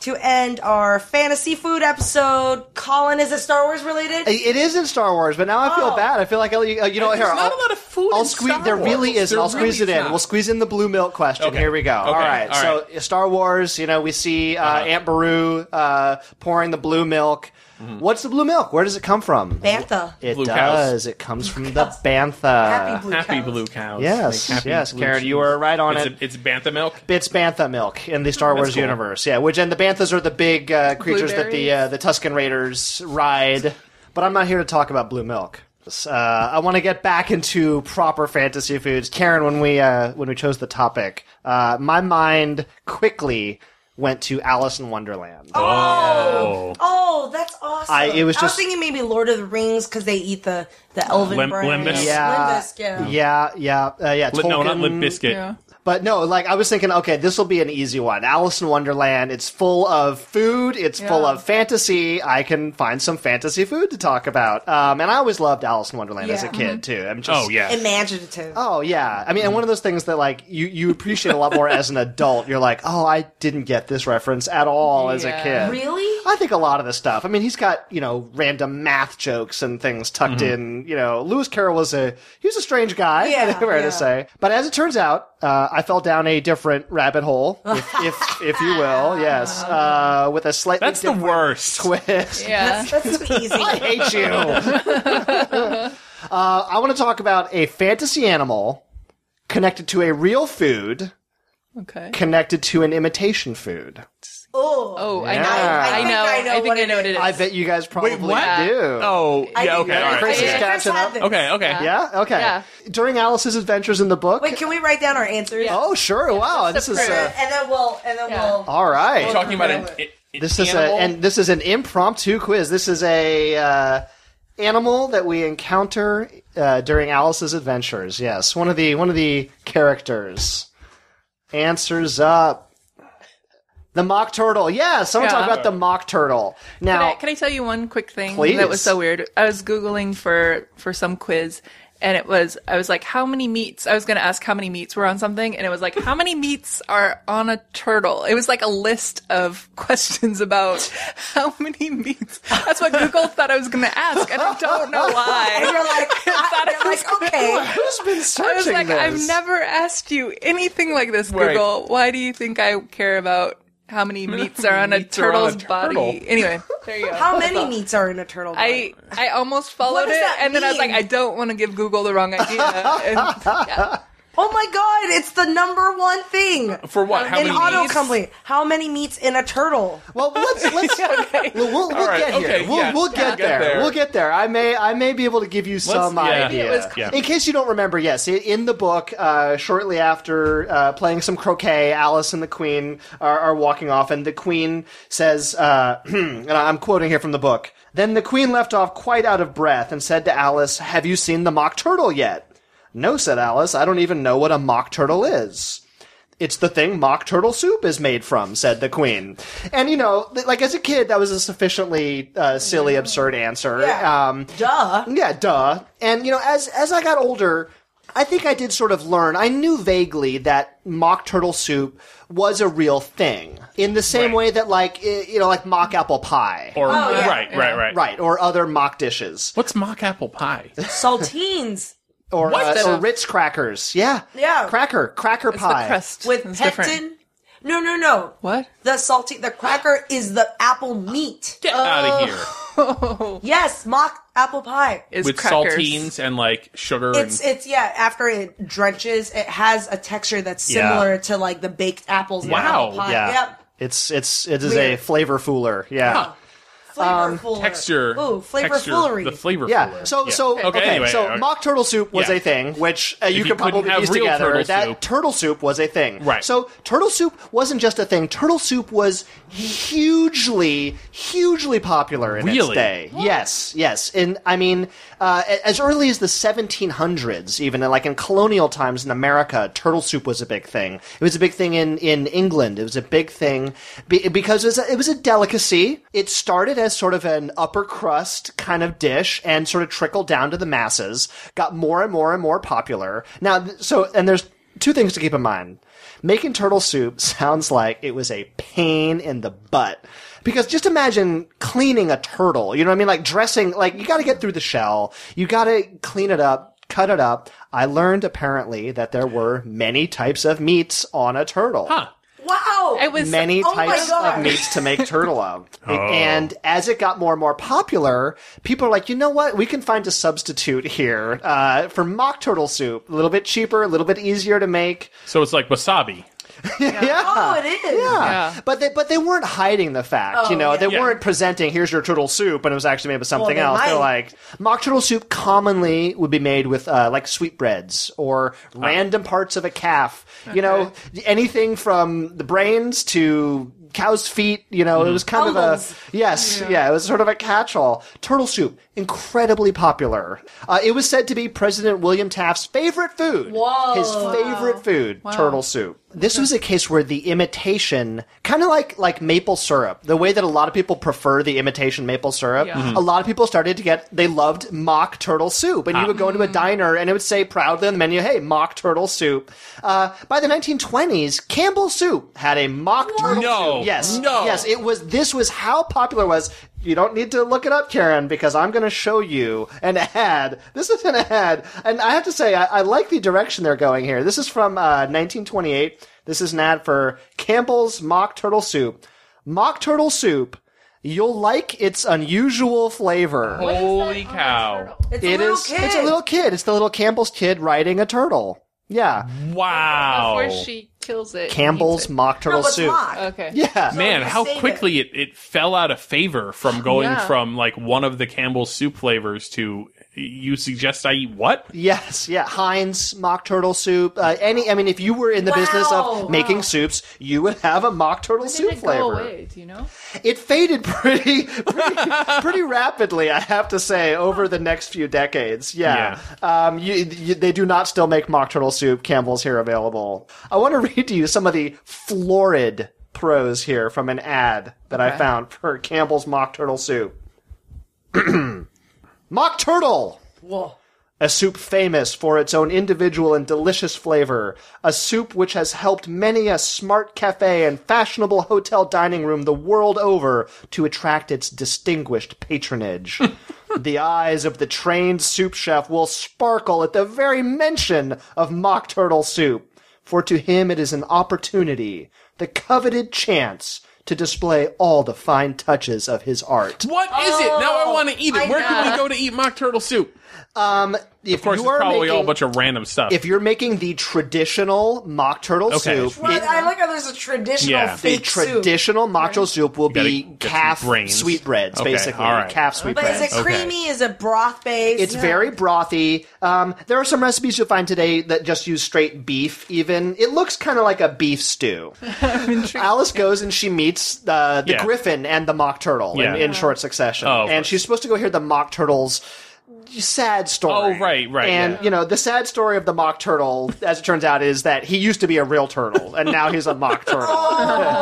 Speaker 2: to end our fantasy food episode. Colin, is it Star Wars related?
Speaker 5: Uh,
Speaker 3: It is in Star Wars, but now I feel bad. I feel like I'll, you know.
Speaker 5: Oh. There's
Speaker 3: here,
Speaker 5: not
Speaker 3: I'll,
Speaker 5: a lot of food
Speaker 3: I'll
Speaker 5: in
Speaker 3: squeeze.
Speaker 5: Star
Speaker 3: there
Speaker 5: Wars.
Speaker 3: really is.
Speaker 5: There
Speaker 3: and I'll
Speaker 5: really
Speaker 3: squeeze it
Speaker 5: is
Speaker 3: in.
Speaker 5: not.
Speaker 3: We'll squeeze in the blue milk question.
Speaker 5: Okay.
Speaker 3: Here we go.
Speaker 5: Okay.
Speaker 3: All right.
Speaker 5: All Uh-huh.
Speaker 3: so Star Wars. You know, we see uh, Aunt Beru uh, pouring the blue milk. What's the blue milk? Where does it come from?
Speaker 2: Bantha.
Speaker 3: It
Speaker 5: Mm-hmm. Blue cows.
Speaker 3: does. It comes from the bantha.
Speaker 2: Happy blue
Speaker 5: Happy
Speaker 2: cows.
Speaker 5: blue cows.
Speaker 3: Yes,
Speaker 5: Like happy
Speaker 3: yes,
Speaker 5: blue
Speaker 3: Karen,
Speaker 5: cheese.
Speaker 3: you were right on
Speaker 5: it's
Speaker 3: it.
Speaker 5: A, it's bantha milk.
Speaker 3: It's bantha milk in the Star Wars
Speaker 5: cool.
Speaker 3: universe. Yeah, which and the banthas are the big uh, creatures that the uh, the Tusken Raiders ride. But I'm not here to talk about blue milk. Uh, I want to get back into proper fantasy foods. Karen, when we uh, when we chose the topic, uh, my mind quickly went to Alice in Wonderland.
Speaker 5: Oh,
Speaker 2: Oh, that's awesome.
Speaker 3: I- it was
Speaker 2: I was
Speaker 3: just-
Speaker 2: thinking maybe Lord of the Rings because they eat the, the elven
Speaker 5: Lim-
Speaker 2: branch.
Speaker 5: limbus.
Speaker 3: Yeah.
Speaker 2: Limbus, yeah.
Speaker 3: Yeah, yeah, uh, yeah.
Speaker 5: Lit- no, not
Speaker 3: Tolkien-
Speaker 5: lip biscuit.
Speaker 4: Yeah.
Speaker 3: But no, like I was thinking, okay, this will be an easy one. Alice in Wonderland. It's full of food. It's full of fantasy. I can find some fantasy food to talk about. Um, and I always loved Alice in Wonderland as a
Speaker 2: Yeah. Mm-hmm.
Speaker 3: kid too. I'm just,
Speaker 5: Oh yeah. Mm-hmm.
Speaker 2: Imaginative.
Speaker 3: Oh yeah. I mean, and one of those things that like you you appreciate a lot more as an adult. You're like, oh, I didn't get this reference at all as a
Speaker 4: Yeah.
Speaker 3: kid.
Speaker 2: Really?
Speaker 3: I think a lot of this stuff. I mean, he's got you know random math jokes and things tucked
Speaker 5: Mm-hmm.
Speaker 3: in. You know, Lewis Carroll was a he was a strange guy.
Speaker 2: Yeah,
Speaker 3: fair
Speaker 2: yeah.
Speaker 3: to say. But as it turns out, uh, I fell down a different rabbit hole, if if, if you will. Yes, uh, with a slightly
Speaker 5: That's the
Speaker 3: different
Speaker 5: worst.
Speaker 3: twist.
Speaker 4: Yeah.
Speaker 2: That's, that's too easy.
Speaker 3: I hate you. uh, I want to talk about a fantasy animal connected to a real food
Speaker 4: Okay.
Speaker 3: connected to an imitation food.
Speaker 2: oh.
Speaker 4: Oh,
Speaker 3: Yeah.
Speaker 4: I,
Speaker 3: I
Speaker 4: know.
Speaker 2: think
Speaker 4: I
Speaker 2: I
Speaker 4: know.
Speaker 2: know
Speaker 4: I think
Speaker 2: what
Speaker 4: I
Speaker 2: it
Speaker 4: know what it
Speaker 2: is.
Speaker 4: is.
Speaker 3: I bet you guys probably
Speaker 5: what?
Speaker 3: do.
Speaker 5: Oh
Speaker 2: I
Speaker 5: yeah.
Speaker 2: didn't
Speaker 5: Okay.
Speaker 2: know
Speaker 5: All
Speaker 2: that.
Speaker 5: right.
Speaker 3: Chris is
Speaker 2: Yeah. Chris
Speaker 3: catching
Speaker 2: had
Speaker 3: up.
Speaker 2: this.
Speaker 5: Okay. Okay.
Speaker 3: Yeah. Okay.
Speaker 4: Yeah.
Speaker 3: During Alice's adventures in the book.
Speaker 2: Wait, can we write down our answers?
Speaker 3: oh, sure. Wow. This
Speaker 4: that's
Speaker 3: is
Speaker 4: the
Speaker 3: uh,
Speaker 4: prayer.
Speaker 2: And then we'll. And then
Speaker 4: Yeah.
Speaker 2: we'll.
Speaker 3: all right.
Speaker 5: We're talking about an. an- an
Speaker 3: this is
Speaker 5: animal?
Speaker 3: a and this is an impromptu quiz. This is a uh, animal that we encounter uh, during Alice's adventures. Yes, one of the one of the characters answers up. The mock turtle. Yeah, someone
Speaker 4: Yeah.
Speaker 3: talked about the mock turtle. Now,
Speaker 4: Can I, can I tell you one quick thing
Speaker 3: Please.
Speaker 4: that was so weird? I was googling for for some quiz, and it was I was like, how many meats? I was going to ask how many meats were on something, and it was like, how many meats are on a turtle? It was like a list of questions about how many meats. That's what Google thought I was going to ask, and I don't know
Speaker 2: And
Speaker 4: why.
Speaker 2: you're like,
Speaker 4: thought
Speaker 2: I,
Speaker 4: it
Speaker 2: you're
Speaker 4: was
Speaker 2: like, okay.
Speaker 3: who's been
Speaker 4: I
Speaker 3: searching
Speaker 4: was like,
Speaker 3: this?
Speaker 4: I've never asked you anything like this,
Speaker 5: Right.
Speaker 4: Google. Why do you think I care about how many meats are on a
Speaker 5: Meats are on a
Speaker 4: turtle's
Speaker 5: turtle.
Speaker 4: body? Anyway, there you go.
Speaker 2: How many meats are in a turtle?
Speaker 4: I
Speaker 2: body?
Speaker 4: I almost
Speaker 2: What
Speaker 4: followed
Speaker 2: does
Speaker 4: it,
Speaker 2: that
Speaker 4: and then I was like,
Speaker 2: mean?
Speaker 4: I don't want to give Google the wrong idea. And, yeah.
Speaker 2: Oh my god! It's the number one thing.
Speaker 5: for what? How
Speaker 2: in
Speaker 5: many?
Speaker 2: auto
Speaker 5: meats?
Speaker 2: company, how many meats in a turtle?
Speaker 3: Well, let's let's we'll, we'll, we'll
Speaker 5: right,
Speaker 3: get here.
Speaker 5: okay,
Speaker 3: we'll,
Speaker 5: yeah,
Speaker 3: we'll
Speaker 5: yeah,
Speaker 3: get,
Speaker 5: get
Speaker 3: there.
Speaker 5: there.
Speaker 3: We'll get there. I may I may be able to give you some
Speaker 5: yeah.
Speaker 3: idea.
Speaker 5: Maybe it was
Speaker 4: called-
Speaker 5: Yeah.
Speaker 3: In case you don't remember, yes, i- in the book, uh, shortly after uh, playing some croquet, Alice and the Queen are, are walking off, and the Queen says, uh, and I'm quoting here from the book. Then the Queen left off quite out of breath and said to Alice, "Have you seen the mock turtle yet?" No, said Alice. I don't even know what a mock turtle is. It's the thing mock turtle soup is made from, said the queen. And you know, th- like as a kid, that was a sufficiently uh, silly, absurd answer.
Speaker 2: Yeah.
Speaker 3: Um,
Speaker 2: Duh.
Speaker 3: yeah, duh. And you know, as as I got older, I think I did sort of learn. I knew vaguely that mock turtle soup was a real thing, in the same way that like i- you know, like mock apple pie,
Speaker 5: Or
Speaker 2: yeah.
Speaker 5: right, right, right,
Speaker 3: right, or other mock dishes,
Speaker 5: What's mock apple pie?
Speaker 2: Saltines
Speaker 3: or uh,
Speaker 4: What?
Speaker 3: or Ritz crackers. Yeah,
Speaker 2: Yeah.
Speaker 3: cracker, cracker
Speaker 4: It's
Speaker 3: pie.
Speaker 4: the crust
Speaker 2: with
Speaker 4: It's
Speaker 2: pectin.
Speaker 4: different.
Speaker 2: No, no, no.
Speaker 4: What?
Speaker 2: The salty, the cracker is the apple meat. Uh,
Speaker 5: Get out of here
Speaker 2: Yes, mock apple pie.
Speaker 4: Is
Speaker 5: with
Speaker 4: crackers.
Speaker 5: saltines and like sugar.
Speaker 2: It's
Speaker 5: and,
Speaker 2: it's yeah. After it drenches, it has a texture that's
Speaker 3: Yeah.
Speaker 2: similar to like the baked apples. in
Speaker 5: Wow,
Speaker 2: apple pie.
Speaker 3: Yeah.
Speaker 2: Yep.
Speaker 3: It's it's it is
Speaker 2: Weird.
Speaker 3: a flavor fooler. Yeah.
Speaker 2: Flavorful.
Speaker 5: Um, Texture.
Speaker 2: Oh, flavor
Speaker 5: texture,
Speaker 2: foolery.
Speaker 5: The flavor.
Speaker 3: Yeah.
Speaker 5: fuller.
Speaker 3: So
Speaker 5: Yeah.
Speaker 3: so okay.
Speaker 5: anyway,
Speaker 3: so
Speaker 5: okay.
Speaker 3: mock turtle soup was
Speaker 5: Yeah.
Speaker 3: a thing, which uh, you,
Speaker 5: you
Speaker 3: could
Speaker 5: couldn't
Speaker 3: probably
Speaker 5: have
Speaker 3: piece
Speaker 5: real
Speaker 3: together.
Speaker 5: turtle
Speaker 3: that
Speaker 5: soup.
Speaker 3: turtle soup was a thing.
Speaker 5: Right.
Speaker 3: So turtle soup wasn't just a thing. Turtle soup was hugely, hugely popular in its
Speaker 5: Really?
Speaker 3: day. Yes. Yes. And I mean, uh, a- as early as the 1700s, even and, like in colonial times in America, turtle soup was a big thing. It was a big thing in in England. It was a big thing be- because it was a, it was a delicacy. It started as sort of an upper crust kind of dish and sort of trickled down to the masses, got more and more and more popular. Now, th- so, and there's two things to keep in mind. Making turtle soup sounds like it was a pain in the butt. Because just imagine cleaning a turtle, you know what I mean? Like dressing, like you gotta get through the shell, you gotta clean it up, cut it up. I learned apparently that there were many types of meats on a turtle
Speaker 2: Wow.
Speaker 4: I was
Speaker 3: many
Speaker 2: Oh my
Speaker 3: types
Speaker 2: God.
Speaker 3: of meats to make turtle of. And as it got more and more popular, people are like, you know what? We can find a substitute here uh, for mock turtle soup. A little bit cheaper, a little bit easier to make.
Speaker 5: So it's like wasabi.
Speaker 2: oh, it is.
Speaker 4: Yeah.
Speaker 3: But they but they weren't hiding the fact, you know. They
Speaker 5: Yeah.
Speaker 3: weren't presenting here's your turtle soup, and it was actually made with something
Speaker 2: they
Speaker 3: else. They're
Speaker 2: might.
Speaker 3: like mock turtle soup commonly would be made with uh, like sweetbreads or random parts of a calf. You know, anything from the brains to cow's feet. You know, it was kind
Speaker 2: Bungles.
Speaker 3: of a yes, yeah. It was sort of a catch-all. Turtle soup, incredibly popular. Uh, it was said to be President William Taft's favorite food.
Speaker 2: Whoa.
Speaker 3: His favorite food, turtle soup. This was a case where the imitation, kind of like like maple syrup, the way that a lot of people prefer the imitation maple syrup, a lot of people started to get they loved mock turtle soup,
Speaker 5: Ah.
Speaker 3: and you would go into a diner and it would say proudly on the menu, "Hey, mock turtle soup." Uh, by the 1920s, Campbell Soup had a mock turtle
Speaker 5: No.
Speaker 3: soup. Yes,
Speaker 5: No.
Speaker 3: yes, it was. This was how popular it was. You don't need to look it up, Karen, because I'm going to show you an ad. This is an ad, and I have to say, I, I like the direction they're going here. This is from uh, 1928. This is an ad for Campbell's Mock Turtle Soup. Mock Turtle Soup. You'll like its unusual flavor.
Speaker 5: Holy cow!
Speaker 2: It's a
Speaker 3: It
Speaker 2: little
Speaker 3: is.
Speaker 2: kid.
Speaker 3: It's a little kid. It's the little Campbell's kid riding a turtle. Yeah,
Speaker 5: Wow.
Speaker 4: Before she kills it.
Speaker 3: Campbell's
Speaker 4: eats it.
Speaker 3: Mock Turtle
Speaker 2: no, it's
Speaker 3: Soup.
Speaker 2: not.
Speaker 4: Okay.
Speaker 3: Yeah.
Speaker 5: Man,
Speaker 2: you
Speaker 5: how
Speaker 2: save
Speaker 5: quickly it. It, fell out of favor from going
Speaker 4: Yeah.
Speaker 5: from like one of the Campbell's soup flavors to you suggest I eat what?
Speaker 3: Yes, yeah, Heinz mock turtle soup. Uh, any, I mean, if you were in the
Speaker 2: Wow,
Speaker 3: business
Speaker 2: wow.
Speaker 3: of making soups, you would have a mock turtle
Speaker 4: When
Speaker 3: soup
Speaker 4: did it go
Speaker 3: flavor.
Speaker 4: away? Do you know?
Speaker 3: It faded pretty, pretty, pretty rapidly, I have to say, over the next few decades. Yeah, Um, you, you, they do not still make mock turtle soup. Campbell's here available. I want to read to you some of the florid prose here from an ad that I found for Campbell's mock turtle soup. mock turtle
Speaker 2: Whoa.
Speaker 3: a soup famous for its own individual and delicious flavor, a soup which has helped many a smart cafe and fashionable hotel dining room the world over to attract its distinguished patronage. the eyes of the trained soup chef will sparkle at the very mention of mock turtle soup, for to him it is an opportunity, the coveted chance, to display all the fine touches of his art.
Speaker 5: What is it? Now I want to
Speaker 4: Oh,
Speaker 5: eat it.
Speaker 2: I
Speaker 5: Where can
Speaker 2: know.
Speaker 5: we go to eat mock turtle soup?
Speaker 3: If
Speaker 5: Of course, it's
Speaker 3: you are
Speaker 5: probably all a
Speaker 3: making-
Speaker 5: bunch of random stuff.
Speaker 3: if you're making the traditional mock turtle
Speaker 5: Okay.
Speaker 3: soup,
Speaker 2: Well,
Speaker 3: it-
Speaker 2: I like how there's a traditional
Speaker 5: Yeah.
Speaker 3: the
Speaker 2: fake soup.
Speaker 3: traditional mock turtle soup will
Speaker 5: gotta
Speaker 3: be
Speaker 5: get some
Speaker 3: calf
Speaker 5: brains.
Speaker 3: sweetbreads,
Speaker 5: Okay,
Speaker 3: basically.
Speaker 5: all right.
Speaker 3: Calf
Speaker 2: But is
Speaker 3: sweetbreads.
Speaker 2: it
Speaker 5: Okay.
Speaker 2: creamy? Is it broth based?
Speaker 3: It's very brothy. Um, there are some recipes you'll find today that just use straight beef, even. It looks kind of like a beef stew. Alice goes and she meets uh, the
Speaker 5: Yeah.
Speaker 3: griffin and the mock turtle
Speaker 5: Yeah.
Speaker 3: in, in short succession.
Speaker 5: Oh, of
Speaker 3: and
Speaker 5: course.
Speaker 3: she's supposed to go hear the mock turtle's sad story.
Speaker 5: Oh, right, right,
Speaker 3: And,
Speaker 5: yeah.
Speaker 3: you know, the sad story of the mock turtle, as it turns out, is that he used to be a real turtle, and now he's a mock turtle.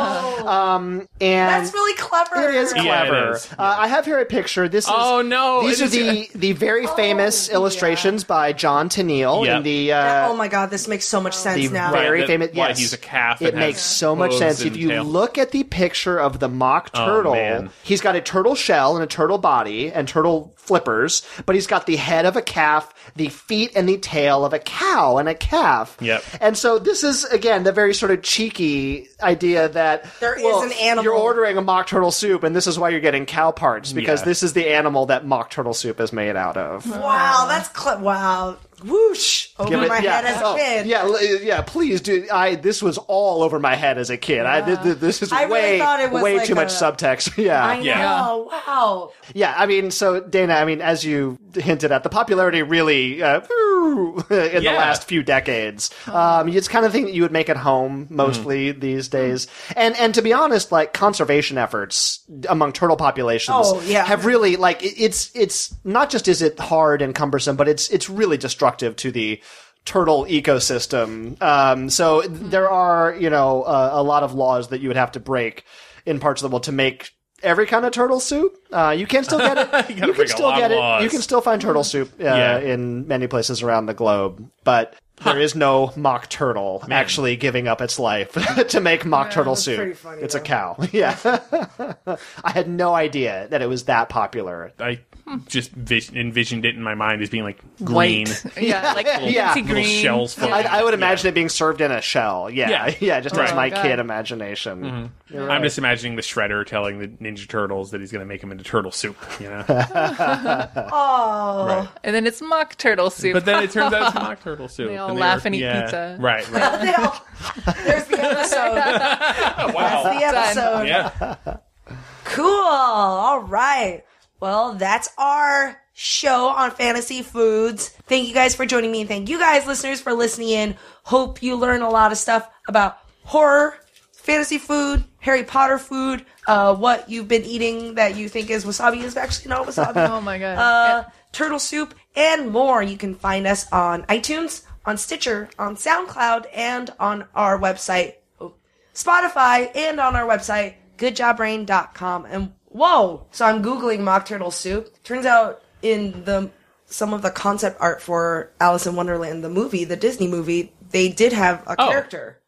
Speaker 3: um, and
Speaker 2: That's really clever. Oh
Speaker 3: it is clever.
Speaker 5: Yeah, it is.
Speaker 3: Uh, I have here a picture. This is
Speaker 5: Oh, no,
Speaker 3: These
Speaker 5: it
Speaker 3: are
Speaker 5: is-
Speaker 3: the the very famous illustrations by John Tennille
Speaker 5: Yeah.
Speaker 3: in the uh,
Speaker 2: oh my god, this makes so much sense
Speaker 3: the
Speaker 2: now.
Speaker 3: very
Speaker 5: Right, that-
Speaker 3: famous.
Speaker 5: why
Speaker 3: yes,
Speaker 5: he's a calf
Speaker 3: It
Speaker 5: and has
Speaker 3: makes so much
Speaker 5: clothes
Speaker 3: sense
Speaker 5: and
Speaker 3: if you
Speaker 5: tail.
Speaker 3: look at the picture of the mock turtle.
Speaker 5: man.
Speaker 3: he's got a turtle shell and a turtle body and turtle flippers, but he's got the head of a calf, the feet and the tail of a cow and a calf.
Speaker 5: Yep.
Speaker 3: And so this is again the very sort of cheeky idea that
Speaker 2: There is an animal.
Speaker 3: You're ordering a mock turtle soup, and this is why you're getting cow parts because
Speaker 5: Yeah.
Speaker 3: this is the animal that mock turtle soup is made out of.
Speaker 2: Wow, that's cle Wow, whoosh over
Speaker 3: Give it-
Speaker 2: my
Speaker 3: yeah.
Speaker 2: head as a
Speaker 3: Oh,
Speaker 2: kid.
Speaker 3: Yeah, l- yeah. Please do. I this was all over my head as a kid. I th- th- this is
Speaker 2: I really
Speaker 3: way
Speaker 2: thought it was
Speaker 3: way
Speaker 2: like
Speaker 3: too much
Speaker 2: a-
Speaker 3: subtext. yeah,
Speaker 2: I know.
Speaker 5: Yeah.
Speaker 2: Wow.
Speaker 3: yeah. I mean, so Dana, I mean, as you hinted at, the popularity really uh, in the
Speaker 5: Yeah.
Speaker 3: last few decades. Um, it's kind of thing that you would make at home mostly these days. And and to be honest, like conservation efforts among turtle populations
Speaker 2: Oh, yeah.
Speaker 3: have really like it- it's it's not just is it hard and cumbersome, but it's it's really destructive to the turtle ecosystem. Um, so
Speaker 5: Mm-hmm.
Speaker 3: there are you know uh, a lot of laws that you would have to break in parts of the world to make. Every kind of turtle soup, uh, you can still get it.
Speaker 5: You
Speaker 3: you,
Speaker 5: gotta
Speaker 3: can
Speaker 5: break a
Speaker 3: still
Speaker 5: lot of
Speaker 3: get it.
Speaker 5: laws.
Speaker 3: You can still find turtle soup uh,
Speaker 5: Yeah.
Speaker 3: in many places around the globe, but there is no mock turtle actually giving up its life to make mock turtle soup.
Speaker 2: pretty funny,
Speaker 3: it's a
Speaker 2: though.
Speaker 3: cow. Yeah, I had no idea that it was that popular.
Speaker 5: I just vis- envisioned it in my mind as being like green.
Speaker 4: White. Yeah, like
Speaker 3: Yeah.
Speaker 4: minty
Speaker 3: Little
Speaker 4: green.
Speaker 5: shells full
Speaker 4: Yeah.
Speaker 5: of-
Speaker 3: I, I would imagine it being served in a shell. Yeah, yeah,
Speaker 5: Yeah. Mm-hmm.
Speaker 3: just as
Speaker 4: Right.
Speaker 3: my
Speaker 4: Oh, God.
Speaker 3: kid imagination.
Speaker 5: I'm just imagining the shredder telling the Ninja Turtles that he's going to make them into turtle soup. You know,
Speaker 2: Oh.
Speaker 5: Right.
Speaker 4: And then it's mock turtle soup.
Speaker 5: but then it turns out it's mock turtle soup.
Speaker 4: They all
Speaker 5: and
Speaker 4: laugh
Speaker 5: were-
Speaker 4: and eat
Speaker 5: yeah.
Speaker 4: pizza.
Speaker 5: Right. right.
Speaker 2: No. There's the episode.
Speaker 5: wow.
Speaker 2: The episode.
Speaker 5: Yeah.
Speaker 2: Cool. All right. Well, that's our show on fantasy foods. Thank you guys for joining me and thank you guys, listeners, for listening in. Hope you learn a lot of stuff about horror, fantasy food, Harry Potter food, uh, what you've been eating that you think is wasabi is actually not wasabi.
Speaker 4: oh my god.
Speaker 2: uh, turtle soup, and more. You can find us on iTunes, on Stitcher, on SoundCloud, and on our website, oh, Spotify, and on our website, goodjobbrain.com. And whoa! So I'm Googling mock turtle soup. Turns out in the some of the concept art for Alice in Wonderland, the movie, the Disney movie, they did have a character